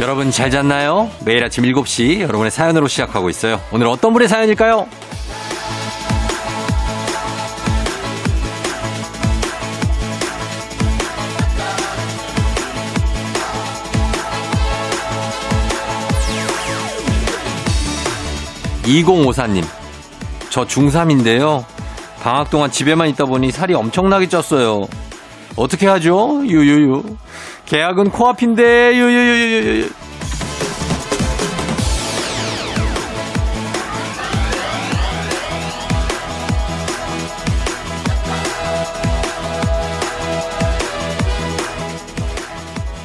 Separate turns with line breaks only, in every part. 여러분 잘 잤나요? 매일 아침 7시 여러분의 사연으로 시작하고 있어요. 오늘 어떤 분의 사연일까요? 2054님. 저 중3인데요. 방학 동안 집에만 있다 보니 살이 엄청나게 쪘어요. 어떻게 하죠? 유유유. 계약은 코앞인데, 유유유유유.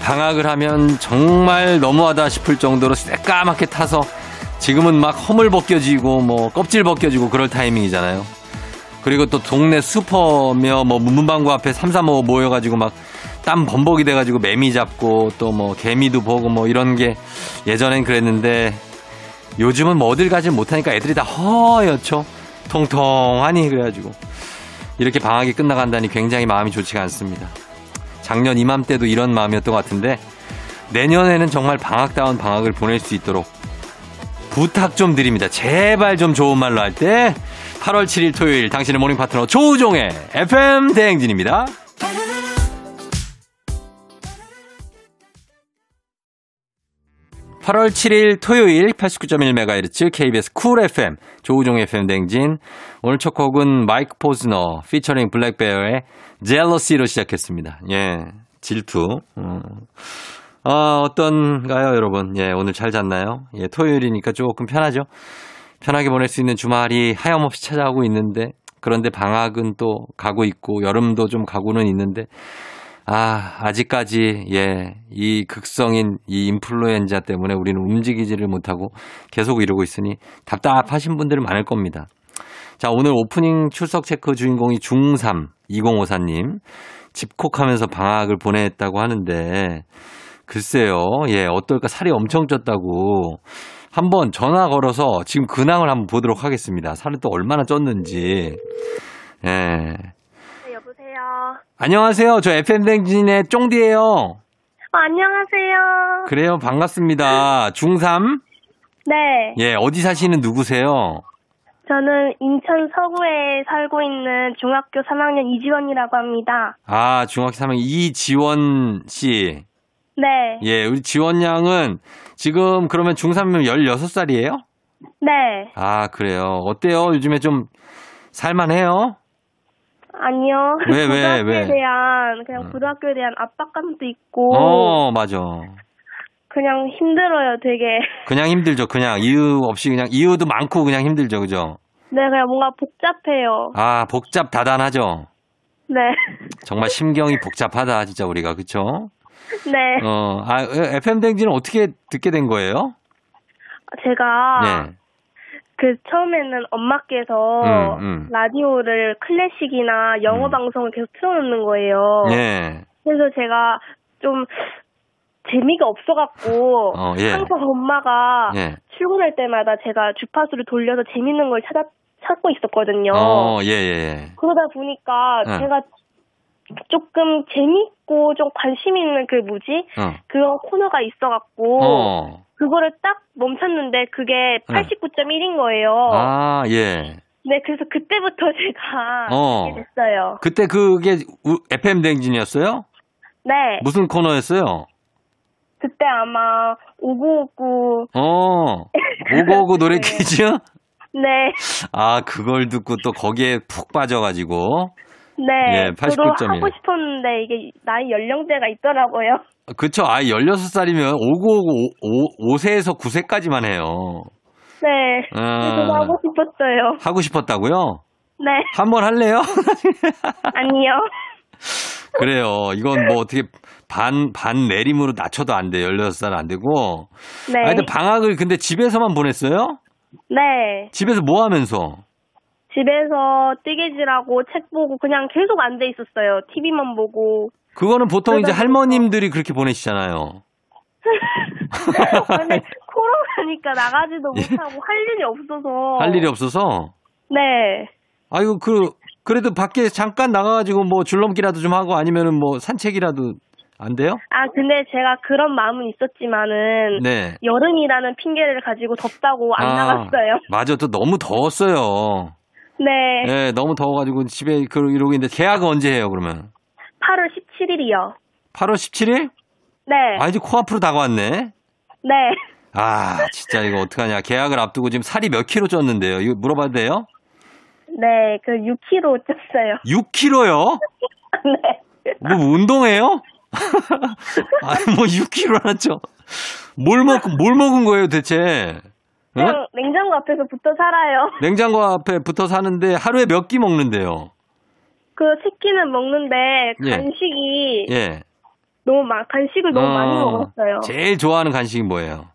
방학을 하면 정말 너무하다 싶을 정도로 새까맣게 타서 지금은 막 허물 벗겨지고 뭐 껍질 벗겨지고 그럴 타이밍이잖아요. 그리고 또 동네 슈퍼며 뭐 문방구 앞에 삼삼오오 모여가지고 막 땀 범벅이 돼가지고 매미 잡고 또 뭐 개미도 보고 뭐 이런 게 예전엔 그랬는데 요즘은 뭐 어딜 가지 못하니까 애들이 다 허여죠. 통통하니 그래가지고 이렇게 방학이 끝나간다니 굉장히 마음이 좋지가 않습니다. 작년 이맘때도 이런 마음이었던 것 같은데 내년에는 정말 방학다운 방학을 보낼 수 있도록 부탁 좀 드립니다. 제발 좀 좋은 말로 할 때 8월 7일 토요일 당신의 모닝 파트너 조우종의 FM 대행진입니다. 8월 7일 토요일 89.1MHz KBS 쿨 FM 조우종 FM 댕진 오늘 첫 곡은 마이크 포즈너 피처링 블랙베어의 젤러시로 시작했습니다. 예 질투 음. 아, 어떤가요, 여러분? 예, 오늘 잘 잤나요? 예, 토요일이니까 조금 편하죠? 편하게 보낼 수 있는 주말이 하염없이 찾아오고 있는데, 그런데 방학은 또 가고 있고, 여름도 좀 가고는 있는데, 아, 아직까지, 예, 이 극성인 이 인플루엔자 때문에 우리는 움직이지를 못하고 계속 이러고 있으니 답답하신 분들은 많을 겁니다. 자, 오늘 오프닝 출석 체크 주인공이 중3 2054님. 집콕하면서 방학을 보냈다고 하는데, 글쎄요. 예, 어떨까 살이 엄청 쪘다고 한번 전화 걸어서 지금 근황을 한번 보도록 하겠습니다. 살을 또 얼마나 쪘는지. 예.
네, 여보세요.
안녕하세요. 저 FM 댕진의 쫑디예요.
어, 안녕하세요.
그래요. 반갑습니다. 중3?
네,
예, 어디 사시는 누구세요?
저는 인천 서구에 살고 있는 중학교 3학년 이지원이라고 합니다.
아, 중학교 3학년 이지원 씨.
네,
예, 우리 지원 양은 지금 그러면 중3이면 16살이에요?
네,
아, 그래요. 어때요? 요즘에 좀 살만해요?
아니요.
왜, 왜,
고등학교에
왜?
대한 그냥
음.
고등학교에 대한 압박감도 있고
어, 맞아.
그냥 힘들어요, 되게.
그냥 힘들죠. 그냥 이유 없이 그냥 이유도 많고 그냥 힘들죠. 그죠?
네, 그냥 뭔가 복잡해요.
아, 복잡 다단하죠.
네,
정말 심경이 복잡하다 진짜 우리가. 그쵸?
네.
어, 아, FM 댕지는 어떻게 듣게 된 거예요?
제가
네.
그 처음에는 엄마께서
음, 음.
라디오를 클래식이나 영어
음.
방송을 계속 틀어놓는 거예요.
예.
그래서 제가 좀 재미가 없어갖고
어, 예.
항상 엄마가
예.
출근할 때마다 제가 주파수를 돌려서 재밌는 걸 찾아 찾고 있었거든요.
어, 예, 예.
그러다 보니까
응.
제가 조금 재밌고 좀 관심 있는 그 뭐지
예. 어.
그런 코너가 있어갖고
어.
그거를 딱 멈췄는데 그게
응.
89.1인 거예요.
아, 예.
네, 그래서 그때부터 제가
어.
하게 됐어요.
그때 그게 우- FM 댕진이었어요?
네,
무슨 코너였어요?
그때 아마 5959
어. 오고오고 노래
네.
퀴즈?
네.
아, 그걸 듣고 또 거기에 푹 빠져가지고.
네,
예,
저도
89.1.
하고 싶었는데 이게 나이 연령대가 있더라고요.
그쵸. 아, 16살이면 5959, 5세에서 9세까지만 해요.
네,
아,
저도 하고 싶었어요.
하고 싶었다고요?
네,
한 번 할래요?
아니요.
그래요. 이건 뭐 어떻게 반, 반 내림으로 낮춰도 안 돼. 16살 안 되고.
네,
아, 근데 방학을 근데 집에서만 보냈어요?
네.
집에서 뭐 하면서?
집에서 뜨개질하고 책 보고 그냥 계속 앉아 있었어요. TV만 보고.
그거는 보통 이제
그래가지고.
할머님들이 그렇게 보내시잖아요.
네, 근데 코로나니까 나가지도 못하고 할 일이 없어서.
예. 할 일이 없어서.
네,
아이고, 그, 그래도 밖에 잠깐 나가가지고 뭐 줄넘기라도 좀 하고 아니면은 뭐 산책이라도 안 돼요?
아, 근데 제가 그런 마음은 있었지만은
네.
여름이라는 핑계를 가지고 덥다고 안
아.
나갔어요.
맞아. 또 너무 더웠어요.
네.
예, 너무 더워가지고 집에 그 이러고 있는데 계약은 언제 해요, 그러면?
8월 17일이요.
8월 17일?
네.
아, 이제 코앞으로 다가왔네.
네.
아, 진짜 이거 어떡하냐. 계약을 앞두고 지금 살이 몇 킬로 쪘는데요. 이거 물어봐도 돼요?
네. 그 6kg 쪘어요.
6킬로요?
네.
뭐 운동해요? 아니 뭐 6kg나 쪄. 뭘 먹, 뭘 먹은 거예요 대체? 응?
그냥 어, 냉장고 앞에서 붙어 살아요.
냉장고 앞에 붙어 사는데 하루에 몇 끼 먹는데요?
그 새끼는 먹는데
예.
간식이
예.
너무 많 간식을 너무 많이
어,
먹었어요.
제일 좋아하는 간식이 뭐예요?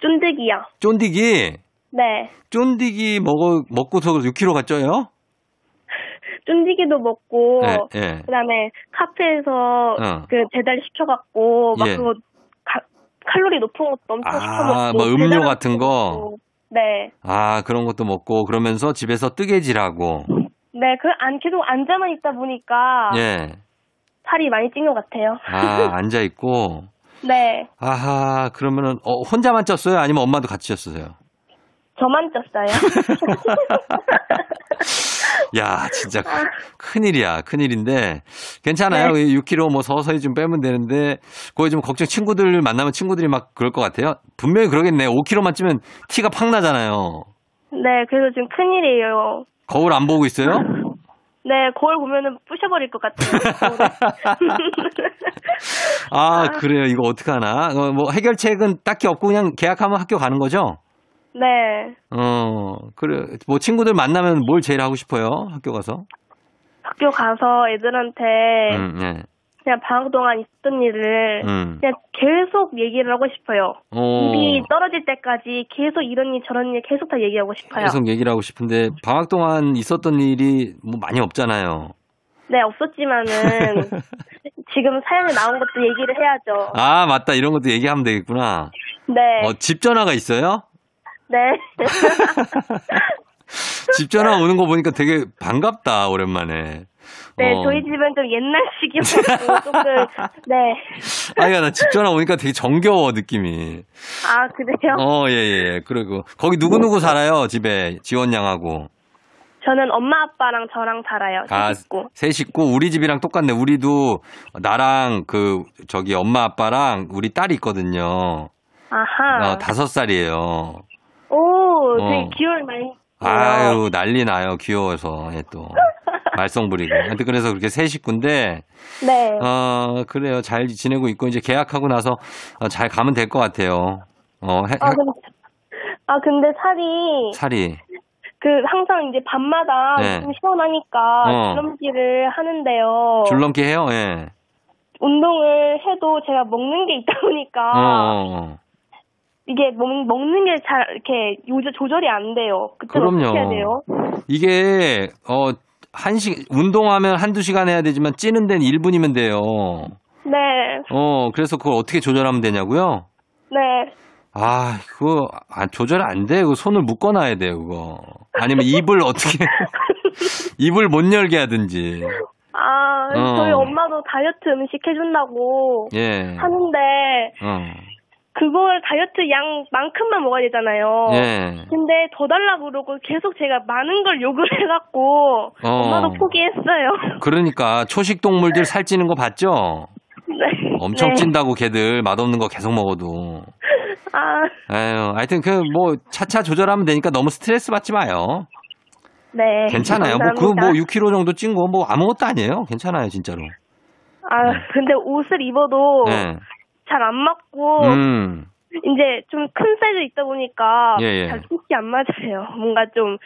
쫀득이요.
쫀디기.
네.
쫀디기 먹어 먹고서 6kg가 쪄요?
쫀디기도 먹고
예. 예.
그다음에 카페에서
어.
그 배달 시켜갖고 막
예.
그거 가- 칼로리 높은 것도 엄청
아,
시켜먹고
뭐 음료
배달음식도
같은 거?
먹고. 네,
아 그런 것도 먹고 그러면서 집에서 뜨개질하고.
네, 그 안 계속 앉아만 있다 보니까
예.
살이 많이 찐 것 같아요.
아 앉아 있고.
네,
아하 그러면은 어, 혼자만 쪘어요? 아니면 엄마도 같이 쪘어요?
저만 쪘어요.
야, 진짜 큰, 큰일이야. 큰일인데. 괜찮아요. 6kg 뭐 서서히 좀 빼면 되는데, 거기 좀 걱정, 친구들 만나면 친구들이 막 그럴 것 같아요. 분명히 그러겠네. 5kg만 찌면 티가 팍 나잖아요.
네, 그래서 지금 큰일이에요.
거울 안 보고 있어요?
네, 거울 보면은 부셔버릴 것 같아요. 거울에.
아, 그래요. 이거 어떡하나. 어, 뭐 해결책은 딱히 없고 그냥 계약하면 학교 가는 거죠?
네,
어, 그래. 뭐 친구들 만나면 뭘 제일 하고 싶어요? 학교 가서?
학교 가서 애들한테
음, 예.
그냥 방학 동안 있었던 일을
음.
그냥 계속 얘기를 하고 싶어요.
어,
입이 떨어질 때까지 계속 이런 일 저런 일 계속 다 얘기하고 싶어요.
계속 얘기를 하고 싶은데, 방학 동안 있었던 일이 뭐 많이 없잖아요.
네, 없었지만은 지금 사연에 나온 것도 얘기를 해야죠.
아, 맞다. 이런 것도 얘기하면 되겠구나.
네,
어, 집 전화가 있어요?
네,
집 전화 오는 거 보니까 되게 반갑다, 오랜만에.
네.
어.
저희 집은 좀 옛날식이고 조금 네.
아니야, 나 집 전화 오니까 되게 정겨워, 느낌이.
아 그래요? 뭐?
어, 예, 예. 그리고, 거기 누구누구 살아요, 집에. 지원양하고.
저는 엄마 아빠랑 저랑 살아요.
아,
고
세 식구, 우리 집이랑 똑같네. 우리도 나랑 그, 저기 엄마, 아빠랑 우리 딸이 있거든요.
아하.
어, 다섯 살이에요.
오,
어.
되게 기울 많이.
아유, 난리 나요. 귀여워서. 예, 또. 말썽 부리고. 하여튼 그래서 그렇게 세 식구인데,
네.
어, 그래요. 잘 지내고 있고, 이제 계약하고 나서 어, 잘 가면 될 것 같아요. 어, 해-
아 네. 근데, 아 근데 살이
살이.
그 항상 이제 밤마다
네.
좀 시원하니까
어.
줄넘기를 하는데요.
줄넘기 해요? 예.
운동을 해도 제가 먹는 게 있다
어,
보니까
어, 어.
이게 먹, 먹는 게 잘 이렇게 요저 조절이 안 돼요. 그때
그럼요.
어떻게 해야 돼요?
이게, 어, 한 시, 운동하면 한두 시간 해야 되지만, 찌는 데는 1분이면 돼요.
네,
어, 그래서 그걸 어떻게 조절하면 되냐고요?
네,
아, 그거, 아, 조절 안 돼. 그 손을 묶어놔야 돼요, 그거. 아니면 입을 어떻게, 입을 못 열게 하든지.
아
어.
저희 엄마도 다이어트 음식 해준다고
예.
하는데
어.
그걸 다이어트 양만큼만 먹어야 되잖아요.
예.
근데 더 달라 그러고 계속 제가 많은 걸 욕을 해갖고
어.
엄마도 포기했어요.
그러니까 초식 동물들 살찌는 거 봤죠?
네.
엄청
네.
찐다고 걔들 맛없는 거 계속 먹어도.
아,
아유, 하여튼 그 뭐 차차 조절하면 되니까 너무 스트레스 받지 마요.
네.
괜찮아요. 뭐 그 뭐
감사합니다.
6kg 정도 찐 거 뭐 아무것도 아니에요. 괜찮아요, 진짜로.
아, 근데 옷을 입어도 어.
예.
잘 안 맞고
음.
이제 좀 큰 사이즈 있다 보니까
예, 예.
잘 fit 안 맞아요. 뭔가 좀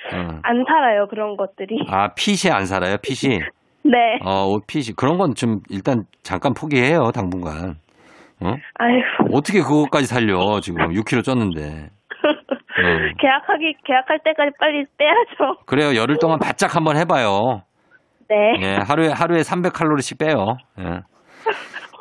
안
음.
살아요 그런 것들이.
아, 핏이 안 살아요, 핏이.
네.
어, 옷 핏이. 그런 건 좀 일단 잠깐 포기해요, 당분간. 어?
아유.
어떻게 그거까지 살려, 지금. 6kg 쪘는데. 어.
계약하기 계약할 때까지 빨리 떼야죠.
그래요. 열흘 동안 바짝 한번 해봐요.
네.
예, 하루에 하루에 300칼로리씩 빼요. 예.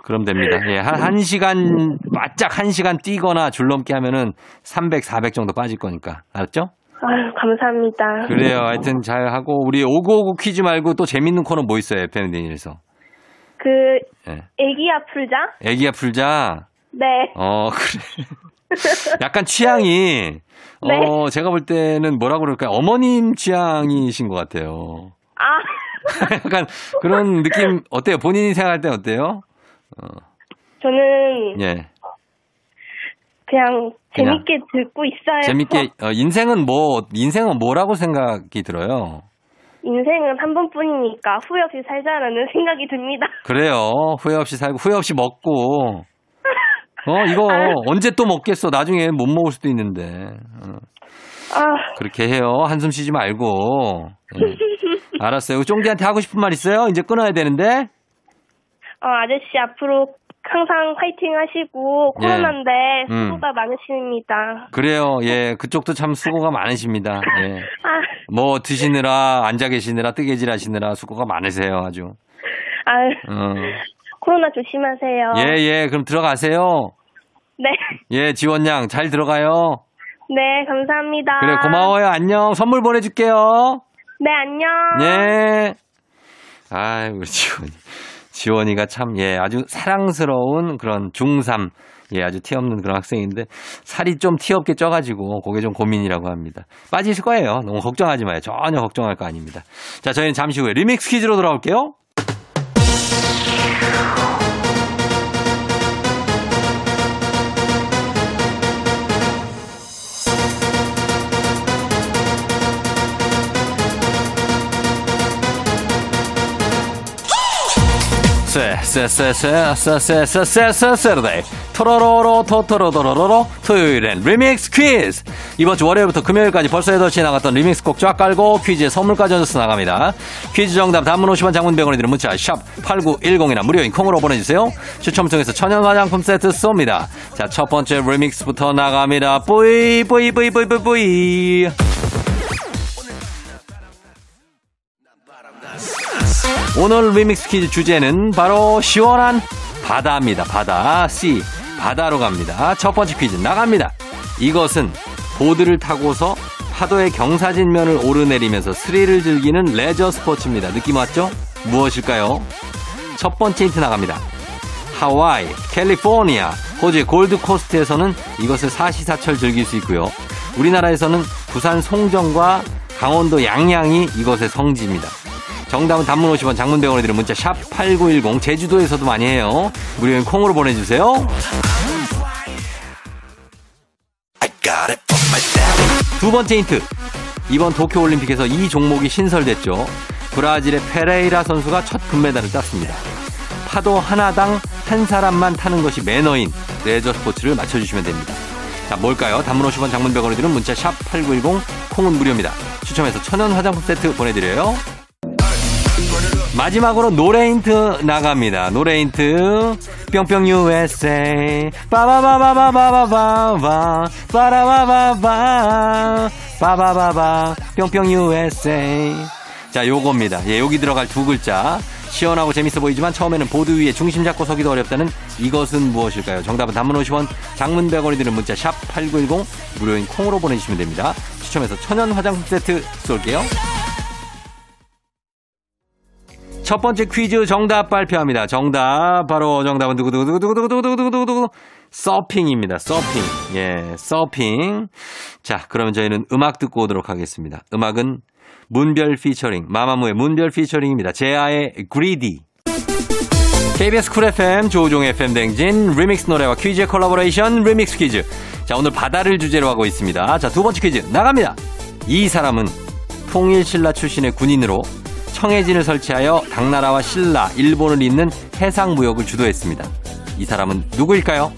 그럼 됩니다. 예, 한, 한 시간 바짝 한 시간 뛰거나 줄넘기 하면은 300, 400 정도 빠질 거니까 알았죠?
아유 감사합니다.
그래요. 하여튼 잘 하고 우리 오고오고 퀴즈 말고 또 재밌는 코너 뭐 있어요? FM 댕일에서
그 그
예.
애기야 풀자?
애기야 풀자.
네.
어, 그래. 약간 취향이, 어, 제가 볼 때는 뭐라 그럴까요? 어머님 취향이신 것 같아요.
아,
약간 그런 느낌, 어때요? 본인이 생각할 때 어때요?
저는
예.
그냥
그냥.
재밌게 듣고 있어요.
재밌게, 어, 인생은 뭐, 인생은 뭐라고 생각이 들어요?
인생은 한 번뿐이니까 후회 없이 살자라는 생각이 듭니다.
그래요. 후회 없이 살고, 후회 없이 먹고. 어, 이거
아유.
언제 또 먹겠어. 나중에 못 먹을 수도 있는데. 어.
아,
그렇게 해요. 한숨 쉬지 말고. 예. 알았어요. 쫑디한테 하고 싶은 말 있어요? 이제 끊어야 되는데.
어, 아저씨 앞으로 항상 화이팅 하시고
예.
코로나인데
음.
수고가 많으십니다.
그래요. 예. 그쪽도 참 수고가 많으십니다. 예.
아,
뭐 드시느라, 앉아 계시느라, 뜨개질 하시느라 수고가 많으세요. 아주.
아
어.
코로나 조심하세요.
예, 예. 그럼 들어가세요.
네,
예. 지원양 잘 들어가요.
네 감사합니다.
그래. 고마워요. 안녕. 선물 보내줄게요.
네 안녕.
예. 아이, 우리 지원이. 지원이가 참, 예, 아주 사랑스러운 그런 중3. 예, 아주 티 없는 그런 학생인데, 살이 좀 티 없게 쪄가지고, 그게 좀 고민이라고 합니다. 빠지실 거예요. 너무 걱정하지 마요. 전혀 걱정할 거 아닙니다. 자, 저희는 잠시 후에 리믹스 퀴즈로 돌아올게요. 쎄쎄쎄쎄쎄쎄쎄쎄쎄쎄데이 토로로로 토토로로로로 토요일엔 리믹스 퀴즈 이번 주 월요일부터 금요일까지 벌써 8시에 나갔던 리믹스 곡 쫙 깔고 퀴즈에 선물까지 얹어서 나갑니다 퀴즈 정답 단문 50원 장문 100원이 드는 문자 샵 8910이나 무료인 콩으로 보내주세요 추첨 통해서 천연 화장품 세트 쏩니다 자 첫 번째 리믹스부터 나갑니다 뿌이 뿌이 뿌이 뿌이 뿌이 뿌이 오늘 리믹스 퀴즈 주제는 바로 시원한 바다입니다. 바다, 씨, 바다로 갑니다. 첫 번째 퀴즈 나갑니다. 이것은 보드를 타고서 파도의 경사진면을 오르내리면서 스릴을 즐기는 레저 스포츠입니다. 느낌 왔죠? 무엇일까요? 첫 번째 힌트 나갑니다. 하와이, 캘리포니아, 호주의 골드코스트에서는 이것을 사시사철 즐길 수 있고요. 우리나라에서는 부산 송정과 강원도 양양이 이것의 성지입니다. 정답은 단문 50원, 장문 100원에 드는 문자 샵 8910 제주도에서도 많이 해요. 무료인 콩으로 보내주세요. 두 번째 힌트. 이번 도쿄올림픽에서 이 종목이 신설됐죠. 브라질의 페레이라 선수가 첫 금메달을 땄습니다. 파도 하나당 한 사람만 타는 것이 매너인 레저 스포츠를 맞춰주시면 됩니다. 자, 뭘까요? 단문 50원, 장문 100원에 드는 문자 샵 8910 콩은 무료입니다. 추첨해서 천연 화장품 세트 보내드려요. 마지막으로 노래 힌트 나갑니다. 노래 힌트. 뿅뿅 USA. 빠바바바바바바바. 빠라바바바. 빠바바바. 뿅뿅 USA. 자, 요겁니다. 예, 여기 들어갈 두 글자. 시원하고 재밌어 보이지만 처음에는 보드 위에 중심 잡고 서기도 어렵다는 이것은 무엇일까요? 정답은 단문 50원, 장문 100원이 드는 문자 샵 8910 무료인 콩으로 보내주시면 됩니다. 추첨해서 천연 화장품 세트 쏠게요. 첫 번째 퀴즈 정답 발표합니다. 정답 바로 정답은 두구두구두구두구두구두구두구두구 서핑입니다. 서핑. 예, 서핑. 자, 그러면 저희는 음악 듣고 오도록 하겠습니다. 음악은 문별 피처링 마마무의 문별 피처링입니다. 제아의 그리디. KBS 쿨 FM 조우종 FM 댕진 리믹스 노래와 퀴즈의 콜라보레이션 리믹스 퀴즈. 자, 오늘 바다를 주제로 하고 있습니다. 자, 두 번째 퀴즈 나갑니다. 이 사람은 통일신라 출신의 군인으로 청해진을 설치하여 당나라와 신라, 일본을 잇는 해상 무역을 주도했습니다. 이 사람은 누구일까요?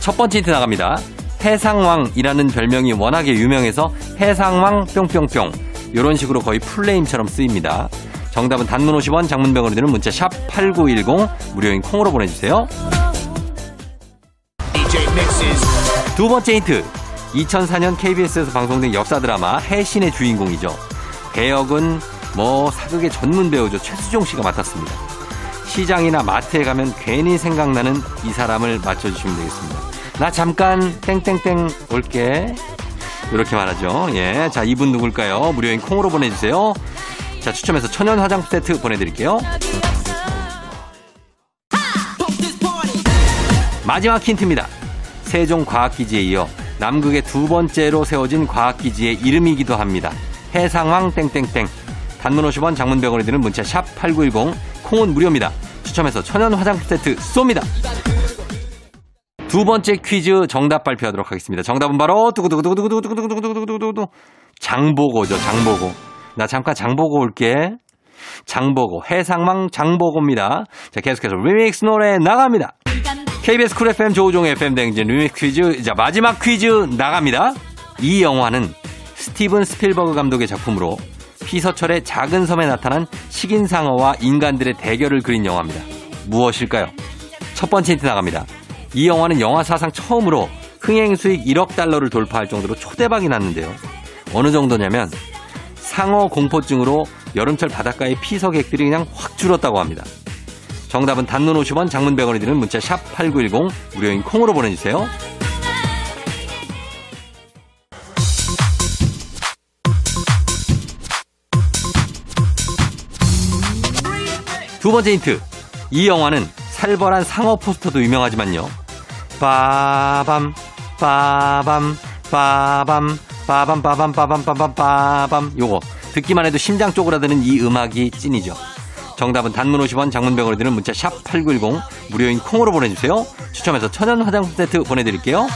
첫 번째 힌트 나갑니다. 해상왕이라는 별명이 워낙에 유명해서 해상왕 뿅뿅뿅 이런 식으로 거의 풀네임처럼 쓰입니다. 정답은 단문 50원, 장문 100원이 드는 문자 샵 8910 무료인 콩으로 보내주세요. 두 번째 힌트. 2004년 KBS에서 방송된 역사 드라마 해신의 주인공이죠. 배역은 뭐 사극의 전문 배우죠. 최수종 씨가 맡았습니다. 시장이나 마트에 가면 괜히 생각나는 이 사람을 맞춰주시면 되겠습니다. 나 잠깐 땡땡땡 올게. 이렇게 말하죠. 예. 자, 이분 누굴까요? 무료인 콩으로 보내주세요. 자, 추첨해서 천연 화장품 세트 보내드릴게요. 마지막 힌트입니다. 세종과학기지에 이어 남극의 두 번째로 세워진 과학기지의 이름이기도 합니다. 해상왕 땡땡땡. 단문 50원 장문병원에 드는 문자 샵 8910 콩은 무료입니다. 추첨해서 천연 화장품 세트 쏩니다. 두 번째 퀴즈 정답 발표하도록 하겠습니다. 정답은 바로 두구두구두구두구두구두구두구두구두구 장보고죠. 장보고. 나 잠깐 장보고 올게. 장보고 해상망 장보고입니다. 자 계속해서 리믹스 노래 나갑니다. KBS 쿨 FM 조우종 FM 댕진 리믹스 퀴즈 자 마지막 퀴즈 나갑니다. 이 영화는 스티븐 스필버그 감독의 작품으로 피서철의 작은 섬에 나타난 식인상어와 인간들의 대결을 그린 영화입니다. 무엇일까요? 첫 번째 힌트 나갑니다. 이 영화는 영화 사상 처음으로 흥행 수익 1억 달러를 돌파할 정도로 초대박이 났는데요. 어느 정도냐면 상어 공포증으로 여름철 바닷가의 피서객들이 그냥 확 줄었다고 합니다. 정답은 단문 50원, 장문 100원이 드는 문자 샵 8910 무료인 콩으로 보내주세요. 두 번째 힌트. 이 영화는 살벌한 상어 포스터도 유명하지만요. 빠밤, 빠밤, 빠밤, 빠밤, 빠밤, 빠밤, 빠밤, 빠밤. 요거. 듣기만 해도 심장 쪼그라드는 이 음악이 찐이죠. 정답은 단문 50원, 장문병으로 드는 문자 샵 8910, 무료인 콩으로 보내주세요. 추첨해서 천연 화장품 세트 보내드릴게요.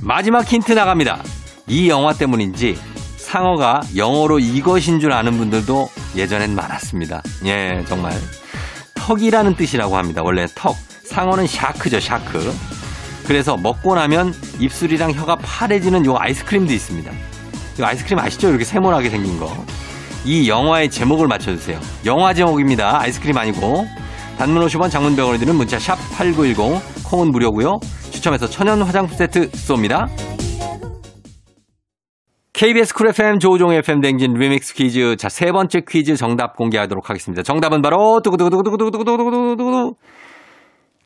마지막 힌트 나갑니다. 이 영화 때문인지 상어가 영어로 이것인 줄 아는 분들도 예전엔 많았습니다. 예, 정말. 턱이라는 뜻이라고 합니다. 원래 턱. 상어는 샤크죠, 샤크. 그래서 먹고 나면 입술이랑 혀가 파래지는 요 아이스크림도 있습니다. 이 아이스크림 아시죠? 이렇게 세모나게 생긴 거. 이 영화의 제목을 맞춰주세요. 영화 제목입니다. 아이스크림 아니고. 단문 50원 장문병원에 드는 문자 샵 8910. 콩은 무료고요. 추첨해서 천연 화장품 세트 쏩니다. KBS 쿨 FM 조우종 FM 댕진 리믹스 퀴즈 자 세 번째 퀴즈 정답 공개하도록 하겠습니다. 정답은 바로 두구두구두구두구두구두구두구두구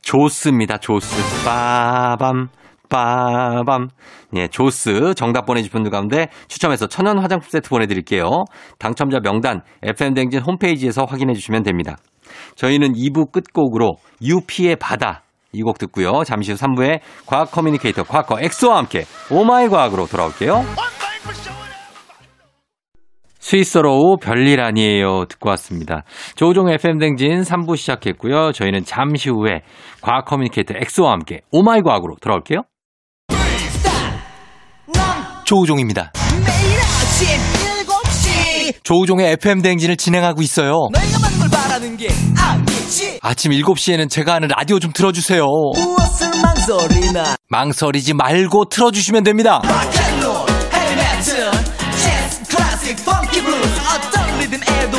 조스입니다. 조스 빠밤 빠밤 예 조스 정답 보내주신 분들 가운데 추첨해서 천연 화장품 세트 보내드릴게요. 당첨자 명단 FM 댕진 홈페이지에서 확인해 주시면 됩니다. 저희는 2부 끝곡으로 UP의 바다 이 곡 듣고요. 잠시 후 3부에 과학 커뮤니케이터 과학커 엑소와 함께 오마이 과학으로 돌아올게요. 스위스로우 별일 아니에요 듣고 왔습니다. 조종 FM 댕진 3부 시작했고요. 저희는 잠시 후에 과학 커뮤니케이터 엑소와 함께 오마이 과학으로 돌아올게요. 조우종입니다.
매일 아침 7시
조우종의 FM 댕진을 진행하고 있어요.
내가 만걸 바라는 게 아니지
아침 7시에는 제가 하는 라디오 좀 틀어주세요.
무엇을 망설이나
망설이지 말고 틀어주시면 됩니다.
락앤롤 헤비메탈 재즈 클래식 펑키 블루스 어떤 리듬에도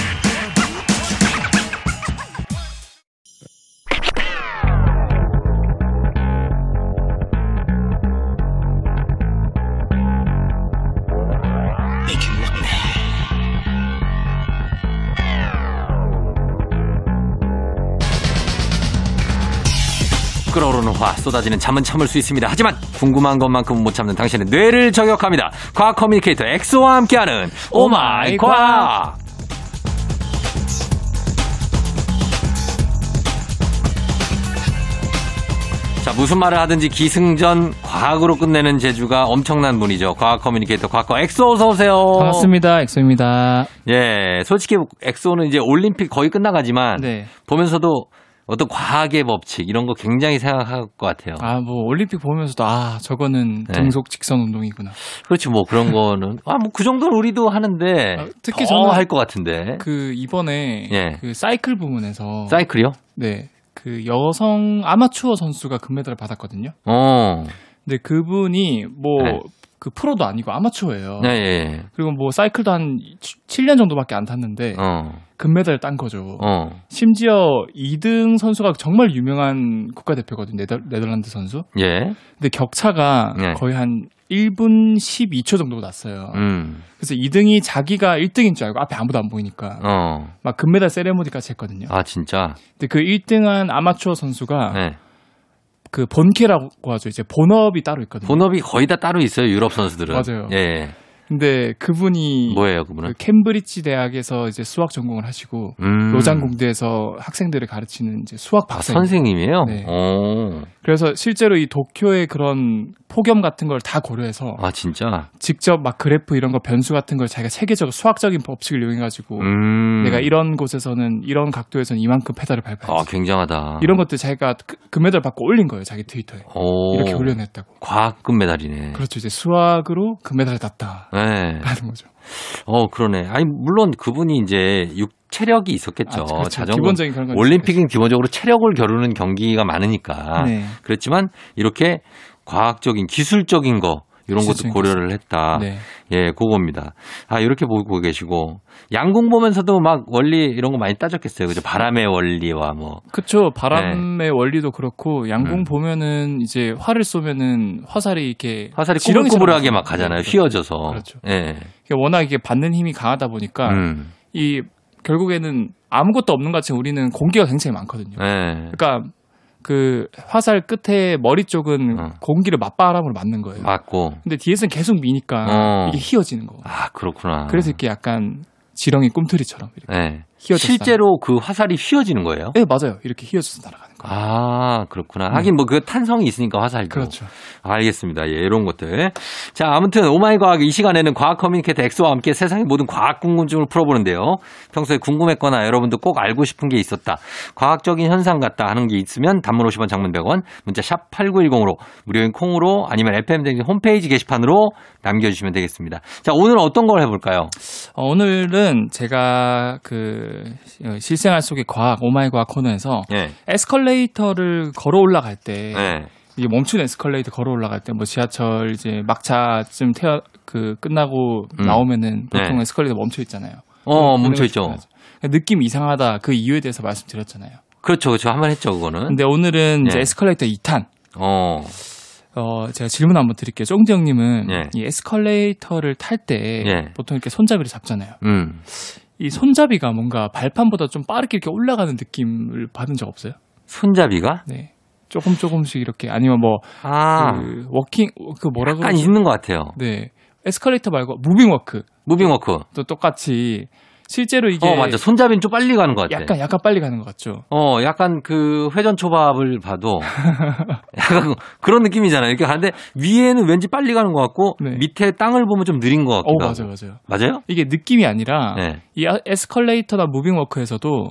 끓어오르는 화 쏟아지는 잠은 참을 수 있습니다. 하지만 궁금한 것만큼은 못 참는 당신의 뇌를 저격합니다. 과학 커뮤니케이터 엑소와 함께하는 오마이 과학. 자, 무슨 말을 하든지 기승전 과학으로 끝내는 재주가 엄청난 분이죠. 과학 커뮤니케이터 과학과 엑소 어서 오세요.
반갑습니다. 엑소입니다.
예, 솔직히 엑소는 이제 올림픽 거의 끝나가지만
네.
보면서도 어떤 과학의 법칙 이런 거 굉장히 생각할 것 같아요.
아, 뭐, 올림픽 보면서도, 아, 저거는
네.
등속 직선 운동이구나.
그렇지 뭐 그런 거는 아 뭐 그 정도는 우리도 하는데
아, 특히
더
저는
할 것 같은데
그, 이번에,
예.
그, 사이클 부문에서,
사이클이요?
네, 그 여성 아마추어 선수가 금메달을 받았거든요.
어,
근데 그분이, 뭐,
네.
그 프로도 아니고 아마추어예요.
네, 예,
그리고 뭐, 사이클도 한 7년 정도밖에 안 탔는데,
예. 어,
금메달을 딴 거죠.
어,
심지어 2등 선수가 정말 유명한 국가대표거든요. 네덜, 네덜란드 선수.
예,
근데 격차가
네.
거의 한 1분 12초 정도 났어요.
음,
그래서 2등이 자기가 1등인 줄 알고 앞에 아무도 안 보이니까
어.
막 금메달 세레모니까지 했거든요.
아, 진짜?
근데 그 1등한 아마추어 선수가
네.
그 본캐라고 하죠. 이제 본업이 따로 있거든요.
본업이 거의 다 따로 있어요, 유럽 선수들은.
맞아요.
예, 예.
근데 그분이
뭐예요,
그
그분은?
캠브리지 대학에서 이제 수학 전공을 하시고
음.
로잔 그 공대에서 학생들을 가르치는 이제 수학
아,
박사.
선생님이에요? 어.
네.
오.
그래서 실제로 이 도쿄의 그런 폭염 같은 걸 다 고려해서
아, 진짜?
직접 막 그래프 이런 거 변수 같은 걸 자기가 체계적으로 수학적인 법칙을 이용해 가지고
음.
뭐 내가 이런 곳에서는 이런 각도에서는 이만큼 페달을 밟아야지.
아, 굉장하다.
이런 것들 자기가 그- 금메달 받고 올린 거예요. 자기 트위터에.
오.
이렇게 올려냈다고.
과학 금메달이네.
그렇죠. 이제 수학으로 금메달을 땄다.
네.
라는 거죠.
어, 그러네. 아니, 물론 그분이 이제 육, 체력이 있었겠죠.
아, 그렇죠.
자전거.
기본적인 그런 건
올림픽은 아. 기본적으로 체력을 겨루는 경기가 많으니까.
있었겠죠. 네.
그렇지만 이렇게 과학적인, 기술적인 거, 이런 것도
기술적인
고려를 했다.
네.
예, 그겁니다. 아, 이렇게 보고 계시고. 양궁 보면서도 막 원리 이런 거 많이 따졌겠어요. 그죠? 바람의 원리와 뭐.
그쵸. 바람의 원리도 그렇고 양궁
네. 음.
보면은 이제 화를 쏘면은 화살이 이렇게
화살이
지렁이처럼
꼬불꼬불하게 막 가잖아요.
가잖아요. 그렇죠.
휘어져서.
그렇죠. 아.
예.
이게 워낙 이게 받는 힘이 강하다 보니까
음.
이 결국에는 아무것도 없는 것 같이 우리는 공기가 굉장히 많거든요.
예.
그러니까 그 화살 끝에 머리 쪽은
어.
공기를 맞바람으로 맞는 거예요.
맞고.
근데 뒤에서는 계속 미니까
어.
이게 휘어지는 거.
아, 그렇구나.
그래서 이렇게 약간 지렁이 꿈틀이처럼 이렇게
예.
휘어져서
실제로 그 화살이 휘어지는 거예요?
날아가는- 네 맞아요. 이렇게 휘어져서 날아가는 거.
아, 그렇구나. 하긴 뭐 그 탄성이 있으니까 화살도.
음. 그렇죠.
알겠습니다. 예, 이런 것들. 자, 아무튼 오마이 과학 이 시간에는 과학 커뮤니케이터 엑소와 함께 세상의 모든 과학 궁금증을 풀어보는데요. 평소에 궁금했거나 여러분도 꼭 알고 싶은 게 있었다. 과학적인 현상 같다 하는 게 있으면 단문 50원 장문 100원 문자 샵 8910으로 무료인 콩으로 아니면 FM댕진 홈페이지 게시판으로 남겨주시면 되겠습니다. 자, 오늘 어떤 걸 해볼까요?
어, 오늘은 제가 그 어, 실생활 속의 과학 오마이 과학 코너에서
예.
에스컬레이터를 걸어 올라갈 때
예.
이게 멈춘 에스컬레이터 걸어 올라갈 때 뭐 지하철 이제 막차쯤 태어 그 끝나고
음.
나오면은 보통
네.
에스컬레이터 멈춰 있잖아요. 음,
어, 멈춰있죠.
그래가지고. 느낌 이상하다 그 이유에 대해서 말씀드렸잖아요.
그렇죠, 그렇죠. 한 번 했죠, 그거는.
근데 오늘은 이제
예.
에스컬레이터 2탄.
어,
어, 제가 질문 한번 드릴게요. 쫑디 형님은
예.
이 에스컬레이터를 탈 때
예.
보통 이렇게 손잡이를 잡잖아요.
음.
이 손잡이가 뭔가 발판보다 좀 빠르게 이렇게 올라가는 느낌을 받은 적 없어요?
손잡이가?
네. 조금 조금씩 이렇게 아니면 뭐 그
아,
워킹 그 뭐라
약간
그러지?
있는 것 같아요.
네. 에스컬레이터 말고 무빙 워크
무빙워크.
또 똑같이 실제로 이게
어, 맞아. 손잡이는 좀 빨리 가는 것 같아.
약간 약간 빨리 가는 것 같죠.
어, 약간 그 회전 초밥을 봐도 약간 그런 느낌이잖아요. 이렇게 가는데 위에는 왠지 빨리 가는 것 같고
네.
밑에 땅을 보면 좀 느린 것 같기도
어,
하고.
맞아요. 맞아요.
맞아요?
이게 느낌이 아니라
네.
이 아- 에스컬레이터나 무빙워크에서도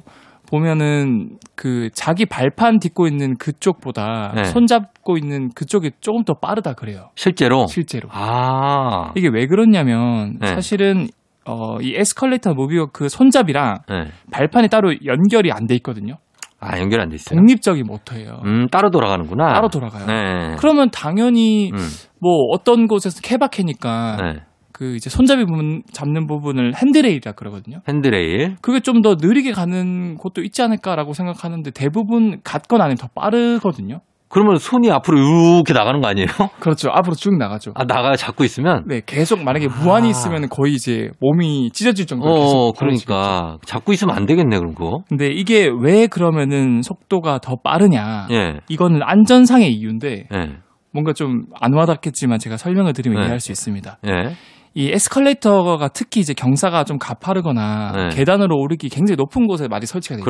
보면은 그 자기 발판 딛고 있는 그쪽보다
네.
손잡고 있는 그쪽이 조금 더 빠르다 그래요.
실제로.
실제로.
아.
이게 왜 그렇냐면
어. 네. 사실은
사실은 어, 이 에스컬레이터 무빙워크 손잡이랑
네.
발판이 따로 연결이 안 돼 있거든요.
아, 연결 안 돼 있어요.
독립적인 모터예요.
음, 따로 돌아가는구나.
따로 돌아가요.
네.
그러면 당연히
음,
뭐 어떤 곳에서 케바케니까
네.
그 이제 손잡이 부분 잡는 부분을 핸드레일이라 그러거든요.
핸드레일.
그게 좀 더 느리게 가는 곳도 있지 않을까라고 생각하는데 대부분 같거나 아니면 더 빠르거든요.
그러면 손이 앞으로 이렇게 나가는 거 아니에요?
그렇죠. 앞으로 쭉 나가죠.
아, 나가 잡고 있으면
네, 계속 만약에 무한히
아.
있으면 거의 이제 몸이 찢어질 정도로 계속
어, 그러니까 잡고 있으면 안 되겠네, 그런 거.
근데 이게 왜 그러면은 속도가 더 빠르냐?
예.
이거는 안전상의 이유인데
예.
뭔가 좀 안 와닿겠지만 제가 설명을 드리면
네.
이해할 수 있습니다.
예.
이 에스컬레이터가 특히 이제 경사가 좀 가파르거나
네.
계단으로 오르기 굉장히 높은 곳에 많이 설치가 돼 있잖아요.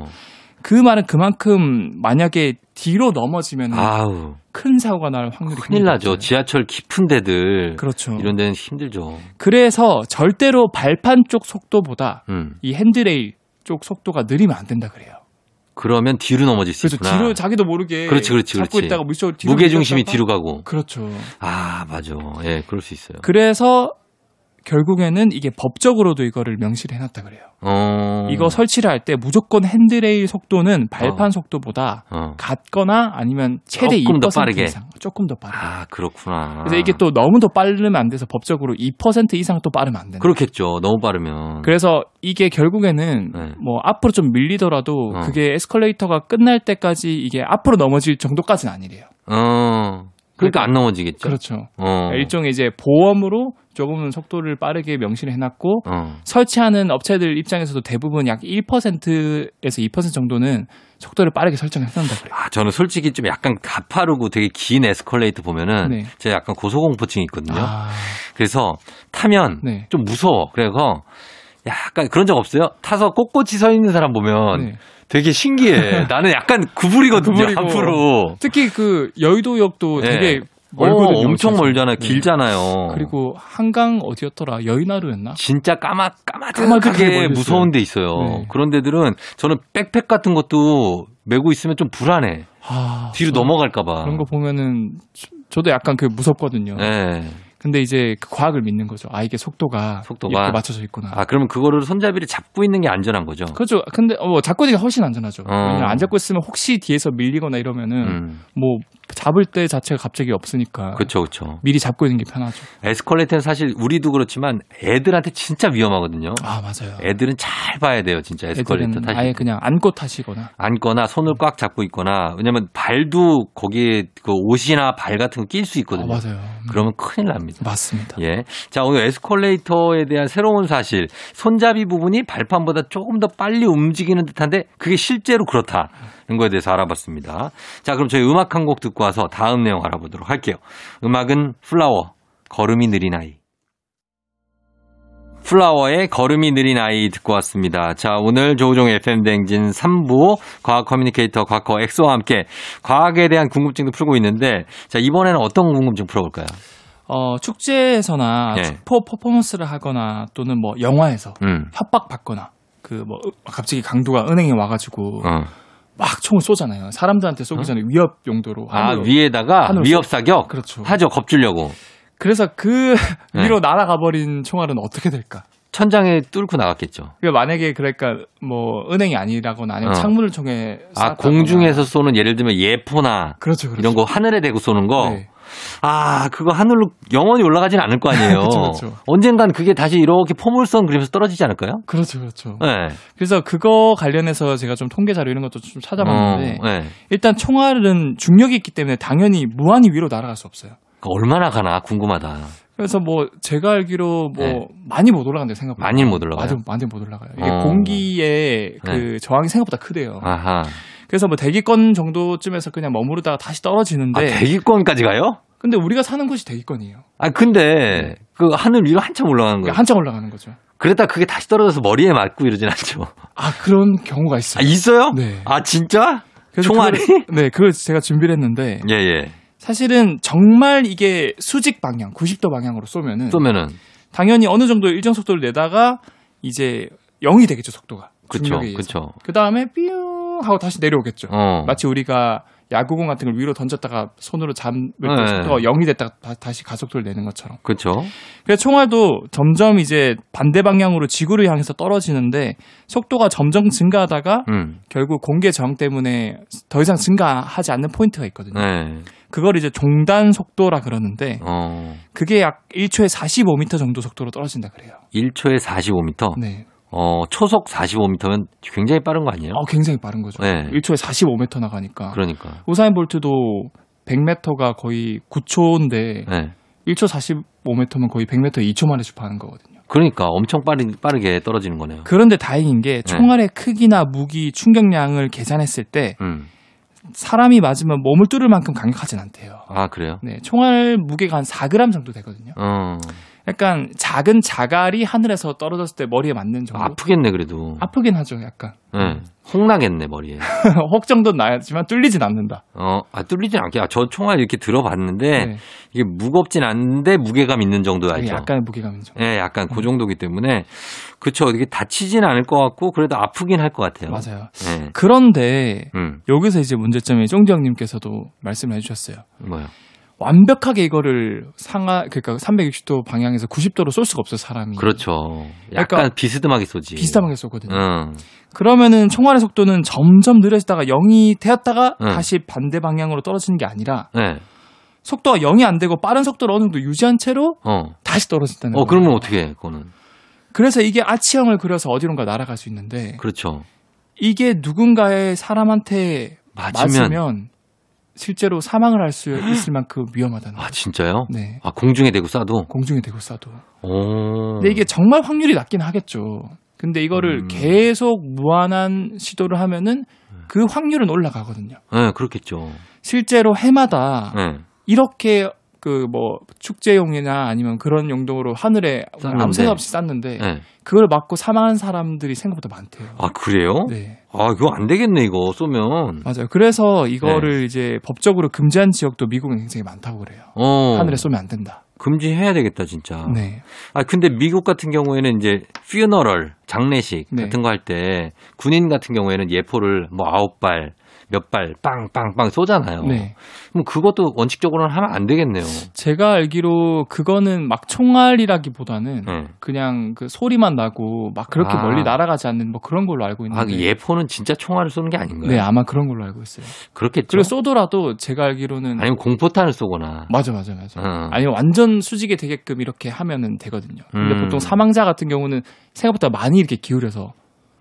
그렇죠.
그 말은 그만큼 만약에 뒤로 넘어지면
아우.
큰 사고가 날 확률이
큰일
굉장히
나죠.
높아요.
지하철 깊은 데들
그렇죠.
이런 데는 힘들죠.
그래서 절대로 발판 쪽 속도보다
음.
이 핸드레일 쪽 속도가 느리면 안 된다 그래요.
그러면 뒤로 넘어질 수
그래서
있구나.
뒤로 자기도 모르게
그렇지, 그렇지,
잡고
그렇지.
있다가 물속으로 뒤로
무게 중심이
밀렸다가-
뒤로 가고.
그렇죠.
아 맞아. 예, 그럴 수 있어요.
그래서 결국에는 이게 법적으로도 이거를 명시를 해놨다 그래요.
어.
이거 설치를 할 때 무조건 핸드레일 속도는 발판
어.
속도보다
어.
같거나 아니면 최대
조금 더
2%
빠르게.
이상 조금 더 빠르게.
아 그렇구나.
그래서 이게 또 너무 더 빠르면 안 돼서 법적으로 2% 이상 또 빠르면 안 된다.
그렇겠죠. 너무 빠르면.
그래서 이게 결국에는
음. 네.
뭐 앞으로 좀 밀리더라도
어.
그게 에스컬레이터가 끝날 때까지 이게 앞으로 넘어질 정도까지는 아니래요.
어. 그러니까 안 넘어지겠죠.
그렇죠.
어.
일종의 이제 보험으로 조금은 속도를 빠르게 명시를 해놨고
어.
설치하는 업체들 입장에서도 대부분 약 1%에서 2% 정도는 속도를 빠르게 설정해놓는다 그래요.
아, 저는 솔직히 좀 약간 가파르고 되게 긴 에스컬레이터 보면은
네.
제가 약간 고소공포증이 있거든요.
아,
그래서 타면
네.
좀 무서워. 그래서 약간 그런 적 없어요? 타서 꼿꼿이 서 있는 사람 보면
네.
되게 신기해. 나는 약간 구부리거든요,
구부리고.
앞으로.
특히 그 여의도역도
어. 네.
되게
어,
멀거든요.
엄청
사실.
멀잖아요.
네.
길잖아요.
그리고 한강 어디였더라? 여의나루였나?
진짜 까마
까마득하게
까마득하게
멀리
무서운 데 있어요.
네.
그런 데들은 저는 백팩 같은 것도 메고 있으면 좀 불안해.
아,
뒤로
저-
넘어갈까 봐.
그런 거 보면은 저- 저도 약간 그 무섭거든요.
네.
근데 이제 그 과학을 믿는 거죠. 아 이게 속도가,
속도가.
이렇게 맞춰져 있구나.
아, 그러면 그거를 손잡이를 잡고 있는 게 안전한 거죠.
그렇죠. 근데 어, 잡고 있는 게 훨씬 안전하죠.
어.
왜냐면 안 잡고 있으면 혹시 뒤에서 밀리거나 이러면은
음.
뭐 잡을 때 자체가 갑자기 없으니까
그렇죠, 그렇죠.
미리 잡고 있는 게 편하죠.
에스컬레이터는 사실 우리도 그렇지만 애들한테 진짜 위험하거든요.
아 맞아요.
애들은 잘 봐야 돼요, 진짜 예, 에스컬레이터 아,
애들은
타실
아예
때.
그냥 안고 타시거나
앉거나 손을 꽉 잡고 있거나 왜냐면 발도 거기에 그 옷이나 발 같은 거 낄 수
아,
있거든요.
맞아요.
그러면 큰일 납니다.
맞습니다.
예. 자, 오늘 에스컬레이터에 대한 새로운 사실. 손잡이 부분이 발판보다 조금 더 빨리 움직이는 듯한데 그게 실제로 그렇다는 거에 대해서 알아봤습니다. 자, 그럼 저희 음악 한 곡 듣고 와서 다음 내용 알아보도록 할게요. 음악은 플라워, 걸음이 느린 아이. 플라워의 걸음이 느린 아이 듣고 왔습니다. 자, 오늘 조우종 FM 댕진 3부 과학 커뮤니케이터 과커 엑소와 함께 과학에 대한 궁금증도 풀고 있는데 자, 이번에는 어떤 궁금증 풀어볼까요?
어, 축제에서나
예.
축포 퍼포먼스를 하거나 또는 뭐 영화에서
음.
협박 받거나 그 뭐 갑자기 강도가 은행에 와가지고
어.
막 총을 쏘잖아요. 사람들한테 쏘기 전에 위협 용도로.
아,
하늘로.
위에다가
하늘로
위협 사격
그렇죠.
하죠. 겁주려고.
그래서 그
네.
위로 날아가 버린 총알은 어떻게 될까?
천장에 뚫고 나갔겠죠.
그러니까 만약에 그러니까 뭐 은행이 아니라거나 아니면
어.
창문을 통해
아,
쐈다거나.
공중에서 쏘는 예를 들면 예포나
그렇죠, 그렇죠.
이런 거 하늘에 대고 쏘는 거.
네.
아, 그거 하늘로 영원히 올라가진 않을 거 아니에요.
그렇죠, 그쵸, 그쵸.
언젠간 그게 다시 이렇게 포물선 그림에서 떨어지지 않을까요?
그렇죠, 그렇죠.
네.
그래서 그거 관련해서 제가 좀 통계 자료 이런 것도 좀 찾아봤는데
어, 네.
일단 총알은 중력이 있기 때문에 당연히 무한히 위로 날아갈 수 없어요.
그거 얼마나 가나 궁금하다.
그래서 뭐 제가 알기로 뭐
네.
많이 못 올라간대요 생각보다.
많이 못 올라가요?
맞아, 많이 못 올라가요. 이게
어.
공기에 그
네.
저항이 생각보다 크대요.
아하.
그래서 뭐 대기권 정도쯤에서 그냥 머무르다가 다시 떨어지는데
아, 대기권까지 가요?
근데 우리가 사는 곳이 대기권이에요.
아, 근데 그 하늘 위로 한참 올라가는 거예요.
그러니까 네. 한참 올라가는 거죠.
그랬다 그게 다시 떨어져서 머리에 맞고 이러진 않죠.
아 그런 경우가
아,
있어요.
있어요?
네.
아, 진짜?
그래서
총알이?
그걸- 네, 그걸 제가 준비를 했는데
예, 예.
사실은 정말 이게 수직 방향 90도 방향으로 쏘면은
쏘면은.
당연히 어느 정도 일정 속도를 내다가 이제 0이 되겠죠 속도가.
그쵸,
중력에 의해서.
그쵸.
그다음에 삐용 하고 다시 내려오겠죠.
어.
마치 우리가 야구공 같은 걸 위로 던졌다가 손으로 잡을 때
네.
속도가 0이 됐다가 다- 다시 가속도를 내는 것처럼.
그쵸.
그래서 총알도 점점 이제 반대 방향으로 지구를 향해서 떨어지는데 속도가 점점 증가하다가
음.
결국 공개 저항 때문에 더 이상 증가하지 않는 포인트가 있거든요.
네.
그걸 이제 종단 속도라 그러는데
어.
그게 약 1초에 45m 정도 속도로 떨어진다 그래요.
1초에 45m.
네.
어, 초속 45m면 굉장히 빠른 거 아니에요?
어, 굉장히 빠른 거죠.
네.
1초에 45m 나가니까.
그러니까.
우사인 볼트도 100m가 거의 9초인데
네.
1초 45m면 거의 100m 2초 만에 주파하는 거거든요.
그러니까 엄청 빠르, 빠르게 떨어지는 거네요.
그런데 다행인 게 총알의 크기나 무기, 충격량을 계산했을 때
음.
사람이 맞으면 몸을 뚫을 만큼 강력하진 않대요.
아, 그래요?
네, 총알 무게가 한 4g 정도 되거든요.
어.
약간 작은 자갈이 하늘에서 떨어졌을 때 머리에 맞는 정도.
아프겠네, 그래도.
아프긴 음. 하죠, 약간.
네. 홍나겠네, 머리에.
혹 정도는 나지만 뚫리진 않는다.
어, 아, 뚫리진 않게. 아, 저 총알 이렇게 들어봤는데,
네,
이게 무겁진 않은데 무게감 있는 정도야,
그게
알죠?
약간의 음. 무게감인 정도.
예, 약간 그 정도기 때문에 그쵸 이게 다치진 않을 것 같고 그래도 아프긴 할 것 같아요.
맞아요.
예.
그런데
음,
여기서 이제 문제점이 쫑지 형님께서도 말씀해 주셨어요.
뭐요?
완벽하게 이거를 상하 그러니까 360도 방향에서 90도로 쏠 수가 없어요 사람이.
그렇죠. 약간
음. 그러니까
비스듬하게 쏘지.
비슷하게 쏘거든요.
응.
그러면은 총알의 속도는 점점 느려지다가 0이 되었다가
음.
다시 반대 방향으로 떨어지는 게 아니라
예.
속도가 0이 안 되고 빠른 속도를 어느 정도 유지한 채로
어.
다시 떨어진다는
어
거예요.
그러면 어떻게 해, 그거는?
그래서 이게 아치형을 그려서 어디론가 날아갈 수 있는데
그렇죠.
이게 누군가의 사람한테
맞으면,
맞으면 실제로 사망을 할 수 있을 만큼 위험하다는
아 어.
거죠.
진짜요?
네.
아 공중에 대고 쏴도.
공중에 대고 쏴도.
오.
근데 네, 이게 정말 확률이 낮긴 하겠죠. 근데 이거를
음.
계속 무한한 시도를 하면은 그 확률은 올라가거든요.
네, 그렇겠죠.
실제로 해마다
네.
이렇게 그 뭐 축제용이나 아니면 그런 용도로 하늘에
쌌는데.
아무 생각 없이 쌌는데
네.
그걸 맞고 사망한 사람들이 생각보다 많대요.
아 그래요?
네.
아 이거 안 되겠네 이거 쏘면.
맞아요. 그래서 이거를
네.
이제 법적으로 금지한 지역도 미국은 굉장히 많다고 그래요.
어.
하늘에 쏘면 안 된다.
금지해야 되겠다 진짜.
네.
아 근데 미국 같은 경우에는 이제 퓨너럴 장례식
네.
같은 거 할 때 군인 같은 경우에는 예포를 뭐 아홉 발, 몇 발 빵빵빵 쏘잖아요.
네.
그럼 그것도 원칙적으로는 하면 안 되겠네요.
제가 알기로 그거는 막 총알이라기보다는
네.
그냥 그 소리만 나고 막 그렇게
아.
멀리 날아가지 않는 뭐 그런 걸로 알고 있는데.
아, 그 예포는 진짜 총알을 쏘는 게 아닌가요?
네, 아마 그런 걸로 알고 있어요.
그렇겠죠.
그리고 쏘더라도 제가 알기로는
아니면 공포탄을 쏘거나.
맞아 맞아 맞아.
어.
아니 완전 수직이 되게끔 이렇게 하면은 되거든요. 근데
음.
보통 사망자 같은 경우는 생각보다 많이 이렇게 기울여서